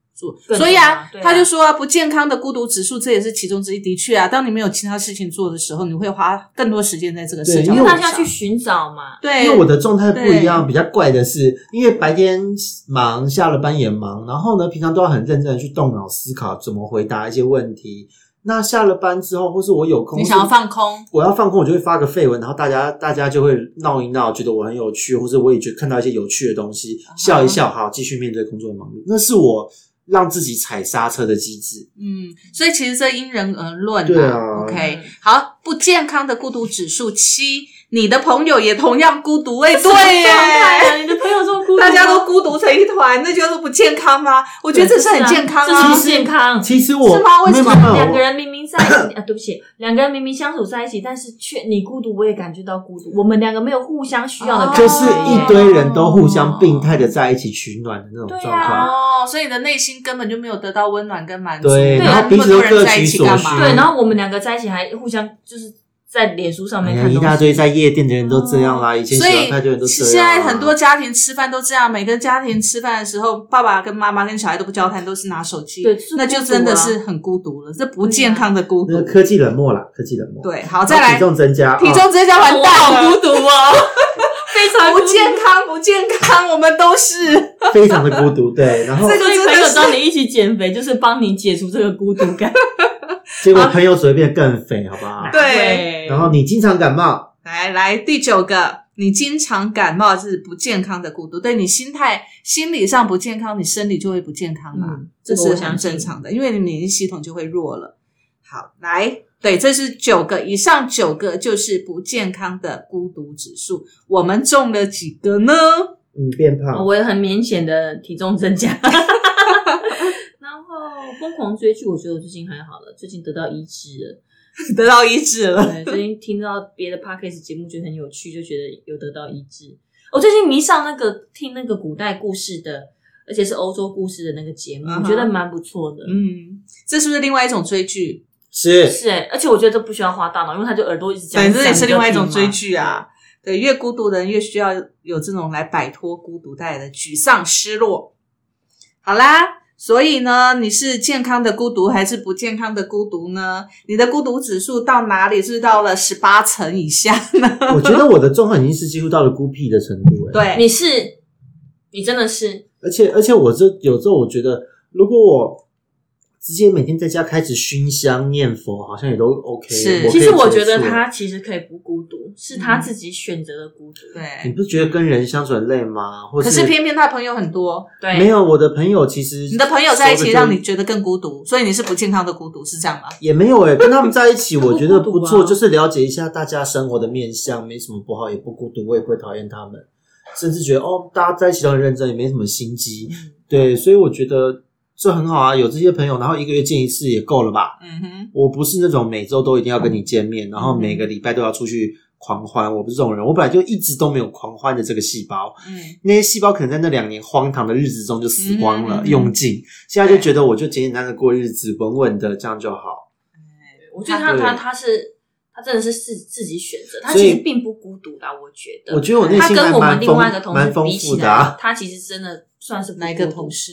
Speaker 3: 更多啊
Speaker 1: 所以啊，
Speaker 3: 对啊
Speaker 1: 他就说、啊、不健康的孤独指数，这也是其中之一。的确啊，当你没有其他事情做的时候，你会花更多时间在这个
Speaker 4: 对
Speaker 1: 社交
Speaker 4: 因为
Speaker 1: 网
Speaker 4: 我
Speaker 3: 大
Speaker 1: 络
Speaker 3: 家
Speaker 1: 上
Speaker 3: 去。寻找嘛，
Speaker 1: 对，
Speaker 4: 因为我的状态不一样，
Speaker 1: 对
Speaker 4: 比较怪的是，因为白天忙，下了班也忙，然后呢，平常都要很认真的去动脑思考怎么回答一些问题。那下了班之后，或是我有空，
Speaker 1: 你想要放空，
Speaker 4: 我要放空，我就会发个绯闻，然后大家大家就会闹一闹，觉得我很有趣，或者我也觉得看到一些有趣的东西，
Speaker 1: 啊
Speaker 4: 笑一笑，好，继续面对工作的忙碌。那是我让自己踩刹车的机制。
Speaker 1: 嗯，所以其实这因人而论
Speaker 4: 对
Speaker 1: 啦。
Speaker 4: 啊
Speaker 1: OK，好，不健康的孤独指数七，你的朋友也同样孤独，哎、对
Speaker 3: 什么状态
Speaker 1: 耶。
Speaker 3: 啊，你的朋友说孤独吗，
Speaker 1: 大家都孤独成一团，那就是不健康吗？我觉得这是很健康
Speaker 3: 这是
Speaker 1: 啊
Speaker 3: 不。健康。
Speaker 4: 其实我
Speaker 1: 是吗为什么
Speaker 4: 没有没有没有
Speaker 3: 两个人明明在一起 啊，对不起，两个人明明相处在一起，但是却你孤独，我也感觉到孤独。我们两个没有互相需要的
Speaker 1: 哦
Speaker 3: 感觉，
Speaker 4: 啊就是一堆人都互相病态的在一起取暖的那种状况。
Speaker 1: 哦，所以你的内心根本就没有得到温暖跟满足。
Speaker 4: 对
Speaker 1: 那
Speaker 3: 然后
Speaker 1: 那
Speaker 4: 彼
Speaker 1: 么
Speaker 4: 此
Speaker 1: 多
Speaker 4: 都各
Speaker 1: 人在一
Speaker 4: 取
Speaker 1: 起
Speaker 4: 所
Speaker 1: 干嘛？
Speaker 4: 需
Speaker 3: 对，然后我们两个在一起还互相就是在脸书上
Speaker 4: 哎
Speaker 3: 面
Speaker 4: 呀，
Speaker 3: 看
Speaker 4: 一
Speaker 3: 东西
Speaker 4: 大堆在夜店的人都这样啦，以前
Speaker 1: 嗯所
Speaker 4: 喜欢
Speaker 1: 以
Speaker 4: 派对的人都这样啊。
Speaker 1: 现在很多家庭吃饭都这样，每个家庭吃饭的时候，爸爸跟妈妈跟小孩都不交谈，都是拿手机，
Speaker 3: 对是
Speaker 1: 那就
Speaker 3: 孤独啊
Speaker 1: 真的是很孤独了，这不健康的孤
Speaker 4: 那
Speaker 1: 独
Speaker 4: 个。科技冷漠啦，科技冷漠。，
Speaker 1: 对，好，再来
Speaker 4: 体，重增加，
Speaker 1: 体
Speaker 4: 哦
Speaker 1: 重增加完
Speaker 3: 我 好
Speaker 1: 蛋了，
Speaker 3: 孤独哦，非常孤
Speaker 1: 不
Speaker 3: 独
Speaker 1: 健。康，不健康，我们都是。
Speaker 4: 哦 非常的孤独。对，然后
Speaker 1: 这个
Speaker 3: 所以
Speaker 1: 真的
Speaker 3: 朋 友
Speaker 1: 是
Speaker 3: 找你一起减肥，就是帮你解除这个孤独感。
Speaker 4: 结果朋友只会变得更肥，好不好？
Speaker 1: 对
Speaker 4: 然后你经常感冒，
Speaker 1: 来来，第九个，你经常感冒是不健康的孤独，对你心态、心理上不健康，你生理就会不健康嘛，
Speaker 3: 嗯
Speaker 1: 这是
Speaker 3: 这个我
Speaker 1: 很
Speaker 3: 相信
Speaker 1: 正常的，因为你免疫系统就会弱了。好，来，对，这是九个，以上九个就是不健康的孤独指数，我们中了几个呢？
Speaker 4: 你变
Speaker 1: 啊哦
Speaker 4: 胖，
Speaker 3: 哦我有很明显的体重增加。 然后疯狂追剧，我觉得我最近还好了，最近得到医治了。
Speaker 1: 得到医治了。
Speaker 3: 对，最近听到别的 podcast 节目，觉得很有趣，就觉得有得到医治。我最近迷上那个听那个古代故事的，而且是欧洲故事的那个节目，
Speaker 1: 嗯哼
Speaker 3: 我觉得蛮不错的。
Speaker 1: 嗯，这是不是另外一种追剧？
Speaker 4: 是
Speaker 3: 是哎、而且我觉得这不需要花大脑，因为他就耳朵一直讲，
Speaker 1: 反正也是
Speaker 3: 讲
Speaker 1: 另外一
Speaker 3: 就
Speaker 1: 种
Speaker 3: 听嘛
Speaker 1: 追剧啊。对，越孤独的人越需要有这种来摆脱孤独带来的沮丧、失落。好啦，所以呢，你是健康的孤独还是不健康的孤独呢？你的孤独指数到哪里？是不是到了十八层以下呢？
Speaker 4: 我觉得我的状况已经是几乎到了孤僻的程度。哎，
Speaker 1: 对，
Speaker 3: 你是，你真的是，
Speaker 4: 而且而且我这有时候我觉得，如果我直接每天在家开始熏香念佛，好像也都 OK。
Speaker 1: 是
Speaker 4: 可以
Speaker 3: 其实我
Speaker 4: 接
Speaker 3: 觉得
Speaker 4: 受
Speaker 3: 他其实可以不孤独，是他自己选择的孤独。
Speaker 1: 嗯
Speaker 4: 你
Speaker 3: 嗯
Speaker 1: 对，
Speaker 4: 不觉得跟人相处很累吗？或
Speaker 1: 可是偏偏他朋友很多，
Speaker 3: 对，
Speaker 4: 没有我的朋友，其实
Speaker 1: 你的朋友在一起
Speaker 4: 说
Speaker 1: 让
Speaker 4: 不
Speaker 1: 你
Speaker 4: 定
Speaker 1: 觉得更孤独，所以你是不健康的孤独，是这样吗？
Speaker 4: 也没有哎、跟他们在一 起，
Speaker 3: 他不
Speaker 4: 我觉得不
Speaker 3: 孤独
Speaker 4: 错，
Speaker 3: 啊
Speaker 4: 就是了解一下大家生活的面相，没什么不好，也不孤独，我也不会讨厌他们，甚至觉得哦，大家在一起都很认真，也没什么心机，
Speaker 3: 嗯
Speaker 4: 对，所以我觉得这很好啊，有这些朋友，然后一个月见一次也够了吧？
Speaker 1: 嗯哼，
Speaker 4: 我不是那种每周都一定要跟你见
Speaker 3: 嗯
Speaker 4: 面，然后每个礼拜都要出去狂欢，我不是这种人。我本来就一直都没有狂欢的这个细胞，
Speaker 1: 嗯，
Speaker 4: 那些细胞可能在那两年荒唐的日子中就死光了，
Speaker 1: 嗯
Speaker 4: 用尽。现在就觉得我就简简单单地过日子，稳稳的这样就好。
Speaker 3: 我觉得他
Speaker 4: 对
Speaker 3: 他他是他真的是自自己选择，他
Speaker 4: 所以
Speaker 3: 其实并不孤独啦。我觉得，
Speaker 4: 我觉得我内
Speaker 3: 他
Speaker 4: 心
Speaker 3: 跟
Speaker 4: 还
Speaker 3: 我们
Speaker 4: 蛮
Speaker 3: 另外一个
Speaker 4: 丰
Speaker 3: 同事
Speaker 4: 蛮丰
Speaker 3: 比起
Speaker 4: 富
Speaker 3: 来，嗯
Speaker 4: 的啊，
Speaker 3: 他其实真的算是不
Speaker 1: 哪一个
Speaker 3: 孤独
Speaker 1: 同？事？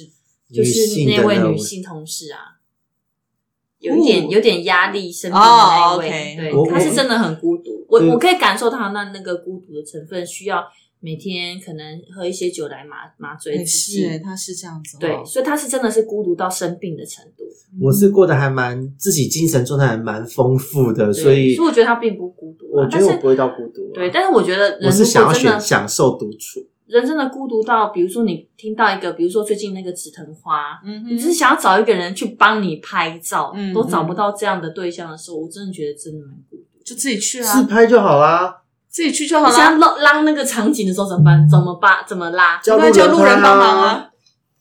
Speaker 3: 就
Speaker 4: 女
Speaker 3: 是
Speaker 4: 性的
Speaker 3: 那位
Speaker 4: 那
Speaker 3: 女
Speaker 4: 位
Speaker 3: 性同事啊，有一点
Speaker 1: 哦
Speaker 3: 有点压力生病的那一
Speaker 1: 哦
Speaker 3: 位，
Speaker 1: ，OK
Speaker 4: 我
Speaker 3: 对，她是真的很孤独。我
Speaker 4: 对
Speaker 3: 我可以感受她那那个孤独的成分，需要每天可能喝一些酒来麻麻醉
Speaker 1: 对，
Speaker 3: 自
Speaker 1: 是欸，
Speaker 3: 己。
Speaker 1: 他是这样子哦。
Speaker 3: 对，所以她是真的是孤独到生病的程度，
Speaker 4: 我是过得还蛮自己精神状态还蛮丰富的，
Speaker 3: 对
Speaker 4: 所以
Speaker 3: 所以我觉得她并不孤独啊
Speaker 4: 我觉得
Speaker 3: 但
Speaker 4: 我
Speaker 3: 是
Speaker 4: 不会到孤独啊、
Speaker 3: 对。但是我觉得人
Speaker 4: 我是
Speaker 3: 如
Speaker 4: 想要
Speaker 3: 果真
Speaker 4: 选
Speaker 3: 的
Speaker 4: 享受独处。
Speaker 3: 人真的孤独到，比如说你听到一个，比如说最近那个紫藤花，
Speaker 1: 嗯
Speaker 3: 你只是
Speaker 1: 哼，
Speaker 3: 想要找一个人去帮你拍照，
Speaker 1: 嗯
Speaker 3: 都找不到这样的对象的时候，我真的觉得真的蛮孤独。
Speaker 1: 就自己去
Speaker 4: 自
Speaker 1: 啊，
Speaker 4: 拍就好啦，
Speaker 1: 自己去就好
Speaker 3: 你想
Speaker 1: 了。
Speaker 3: 要拉拉那个场景的时候怎么办？怎么
Speaker 1: 嗯
Speaker 3: 办？怎么拉？
Speaker 4: 叫路
Speaker 1: 那
Speaker 4: 人
Speaker 1: 叫路人
Speaker 4: 拍
Speaker 1: 帮忙啊。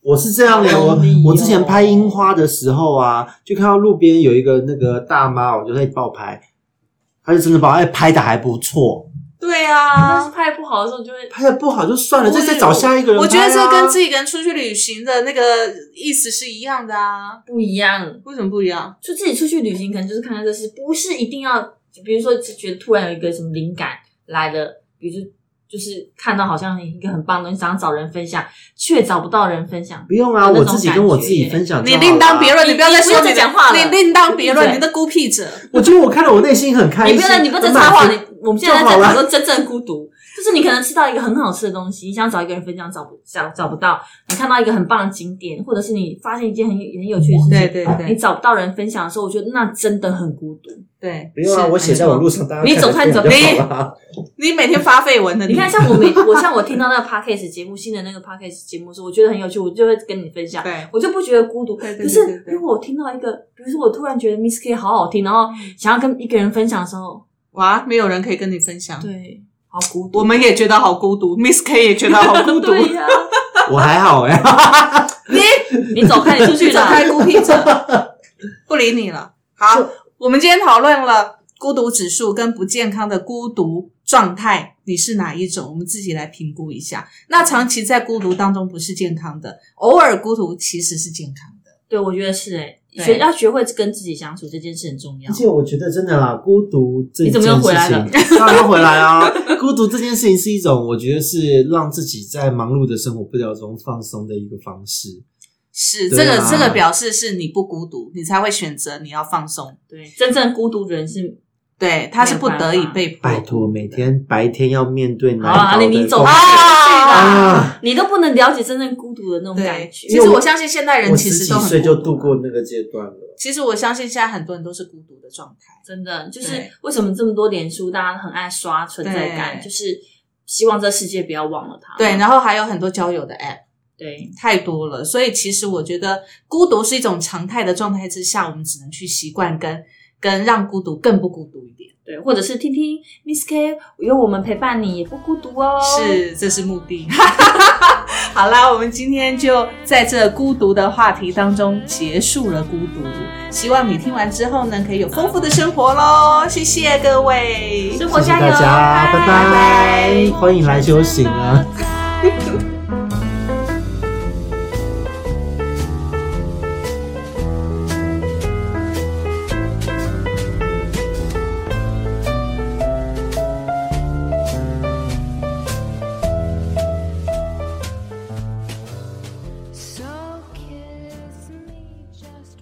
Speaker 4: 我是这样的、
Speaker 3: 好
Speaker 4: 我
Speaker 3: 容易哦
Speaker 4: 我之前拍樱花的时候啊，就看到路边有一个那个大妈，我就在爆拍，她就真的把哎拍的还不错，
Speaker 1: 对
Speaker 3: 但
Speaker 1: 啊，
Speaker 3: 是拍不好的时候，你就会
Speaker 4: 拍的不好就算了，
Speaker 1: 我
Speaker 4: 就再找下一个人、啊
Speaker 1: 我觉得这跟自
Speaker 4: 己
Speaker 1: 己一个人出去旅行的那个意思是一样的啊。
Speaker 3: 不一样。
Speaker 1: 为什么不一样？
Speaker 3: 就自己出去旅行，可能就是看看这事，不是一定要，比如说就觉得突然有一个什么灵感来了，比如就就是看到好像一个很棒的东西，想要找人分享，却找不到人分享。
Speaker 4: 不用啊，
Speaker 3: 有那
Speaker 4: 我
Speaker 3: 种
Speaker 4: 自己
Speaker 3: 感
Speaker 4: 跟我
Speaker 3: 觉
Speaker 4: 自己
Speaker 3: 耶
Speaker 4: 分享就
Speaker 1: 你
Speaker 4: 好
Speaker 1: 另当
Speaker 4: 啦
Speaker 1: 别论，
Speaker 3: 你
Speaker 1: 不要再
Speaker 3: 你不
Speaker 1: 说
Speaker 3: 要再
Speaker 1: 你的
Speaker 3: 讲话了
Speaker 1: 你另当别
Speaker 3: 闭
Speaker 1: 论，
Speaker 3: 嘴
Speaker 1: 你的孤僻者。
Speaker 4: 我觉得我看了我内心很开
Speaker 3: 你不
Speaker 4: 心，
Speaker 3: 要再，你不要再
Speaker 4: 很满
Speaker 3: 插话，
Speaker 4: 足
Speaker 3: 你我们现在
Speaker 4: 就好
Speaker 3: 在
Speaker 4: 了
Speaker 3: 讲说真正孤独，就是你可能吃到一个很好吃的东西，你想找一个人分享，找不找找不到；你看到一个很棒的景点，或者是你发现一件很很有趣的事情，
Speaker 1: 对对
Speaker 3: 你
Speaker 1: 对
Speaker 3: 找不到人分享的时候，我觉得那真的很孤独。
Speaker 1: 对，
Speaker 4: 不用啊，
Speaker 1: 是
Speaker 4: 我写在网络上，大家
Speaker 3: 你
Speaker 4: 看
Speaker 3: 走
Speaker 4: 得
Speaker 3: 开
Speaker 4: 见
Speaker 3: 走
Speaker 4: 就
Speaker 1: 开
Speaker 4: 好啦。
Speaker 1: 你每天发绯闻的，
Speaker 3: 你看，像我每我像我听到那个 podcast 节目，新的那个 podcast 节目的时候，我觉得很有趣，我就会跟你分享。
Speaker 1: 对，
Speaker 3: 我就不觉得孤独。
Speaker 1: 对对
Speaker 3: 可
Speaker 1: 对
Speaker 3: 是
Speaker 1: 对对
Speaker 3: 如果我听到一个，比如说我突然觉得 Miss K 好好听，然后
Speaker 1: 嗯
Speaker 3: 想要跟一个人分享的时候，
Speaker 1: 哇，没有人可以跟你分享。
Speaker 3: 对，好孤独。
Speaker 1: 我们也觉得好孤独，Miss K 也觉得好孤独。
Speaker 3: 对呀、
Speaker 4: 我还好哎、
Speaker 3: 你走开，你出去
Speaker 1: 走
Speaker 3: 啦。
Speaker 1: 开，孤僻者， 不理你了。好，我们今天讨论了孤独指数跟不健康的孤独状态，你是哪一种？我们自己来评估一下。那长期在孤独当中不是健康的，偶尔孤独其实是健康的。
Speaker 3: 对，我觉得是哎、
Speaker 1: 对
Speaker 3: 学要学会跟自己相处这件事很重要
Speaker 4: 而。且我觉得真的啦，孤独 这
Speaker 3: 你
Speaker 4: 件
Speaker 3: 怎
Speaker 4: 事
Speaker 3: 么
Speaker 4: 情，
Speaker 3: 又回来了
Speaker 4: 当然要回来啊！孤独这件事情是一种，我觉得是让自己在忙碌的生活步调中放松的一个方式。
Speaker 1: 是这
Speaker 4: 对
Speaker 1: 个
Speaker 4: 啊，
Speaker 1: 这个表示是你不孤独，你才会选择你要放松。
Speaker 3: 对，真正孤独的人是
Speaker 1: 对，他是不得已被迫。
Speaker 4: 拜托，每天白天要面对难
Speaker 3: 好啊，
Speaker 4: 搞的
Speaker 3: 哦你你走
Speaker 4: 工
Speaker 3: 开，
Speaker 4: 作
Speaker 1: 啊
Speaker 3: 你去啦
Speaker 4: 啊！
Speaker 3: 你都不能了解真正孤独的那种感
Speaker 1: 对，
Speaker 3: 觉。
Speaker 1: 其实我相信现代人
Speaker 4: 我
Speaker 1: 其
Speaker 4: 十
Speaker 1: 实
Speaker 4: 几
Speaker 1: 都很
Speaker 4: 岁就
Speaker 1: 孤独
Speaker 3: 啊
Speaker 4: 度过那个阶段了，
Speaker 1: 其实我相信现在很多人都是孤独的状态。
Speaker 3: 真的就是
Speaker 1: 对
Speaker 3: 为什么这么多脸书大家很爱刷存在感，
Speaker 1: 对
Speaker 3: 就是希望这世界不要忘了他。
Speaker 1: 对，然后还有很多交友的 app。
Speaker 3: 对
Speaker 1: 太多了，所以其实我觉得孤独是一种常态的状态之下，我们只能去习惯跟跟让孤独更不孤独一点，
Speaker 3: 对，或者是听听 Miss K 有我们陪伴你，也不孤独哦。，
Speaker 1: 是这是目的。 好啦，我们今天就在这孤独的话题当中结束了孤独，希望你听完之后呢，可以有丰富的生活喽。谢谢各位，
Speaker 3: 生活
Speaker 4: 谢谢
Speaker 3: 加油，
Speaker 4: 大家，
Speaker 3: 拜
Speaker 4: 拜。欢迎来修行啊！
Speaker 2: Outside.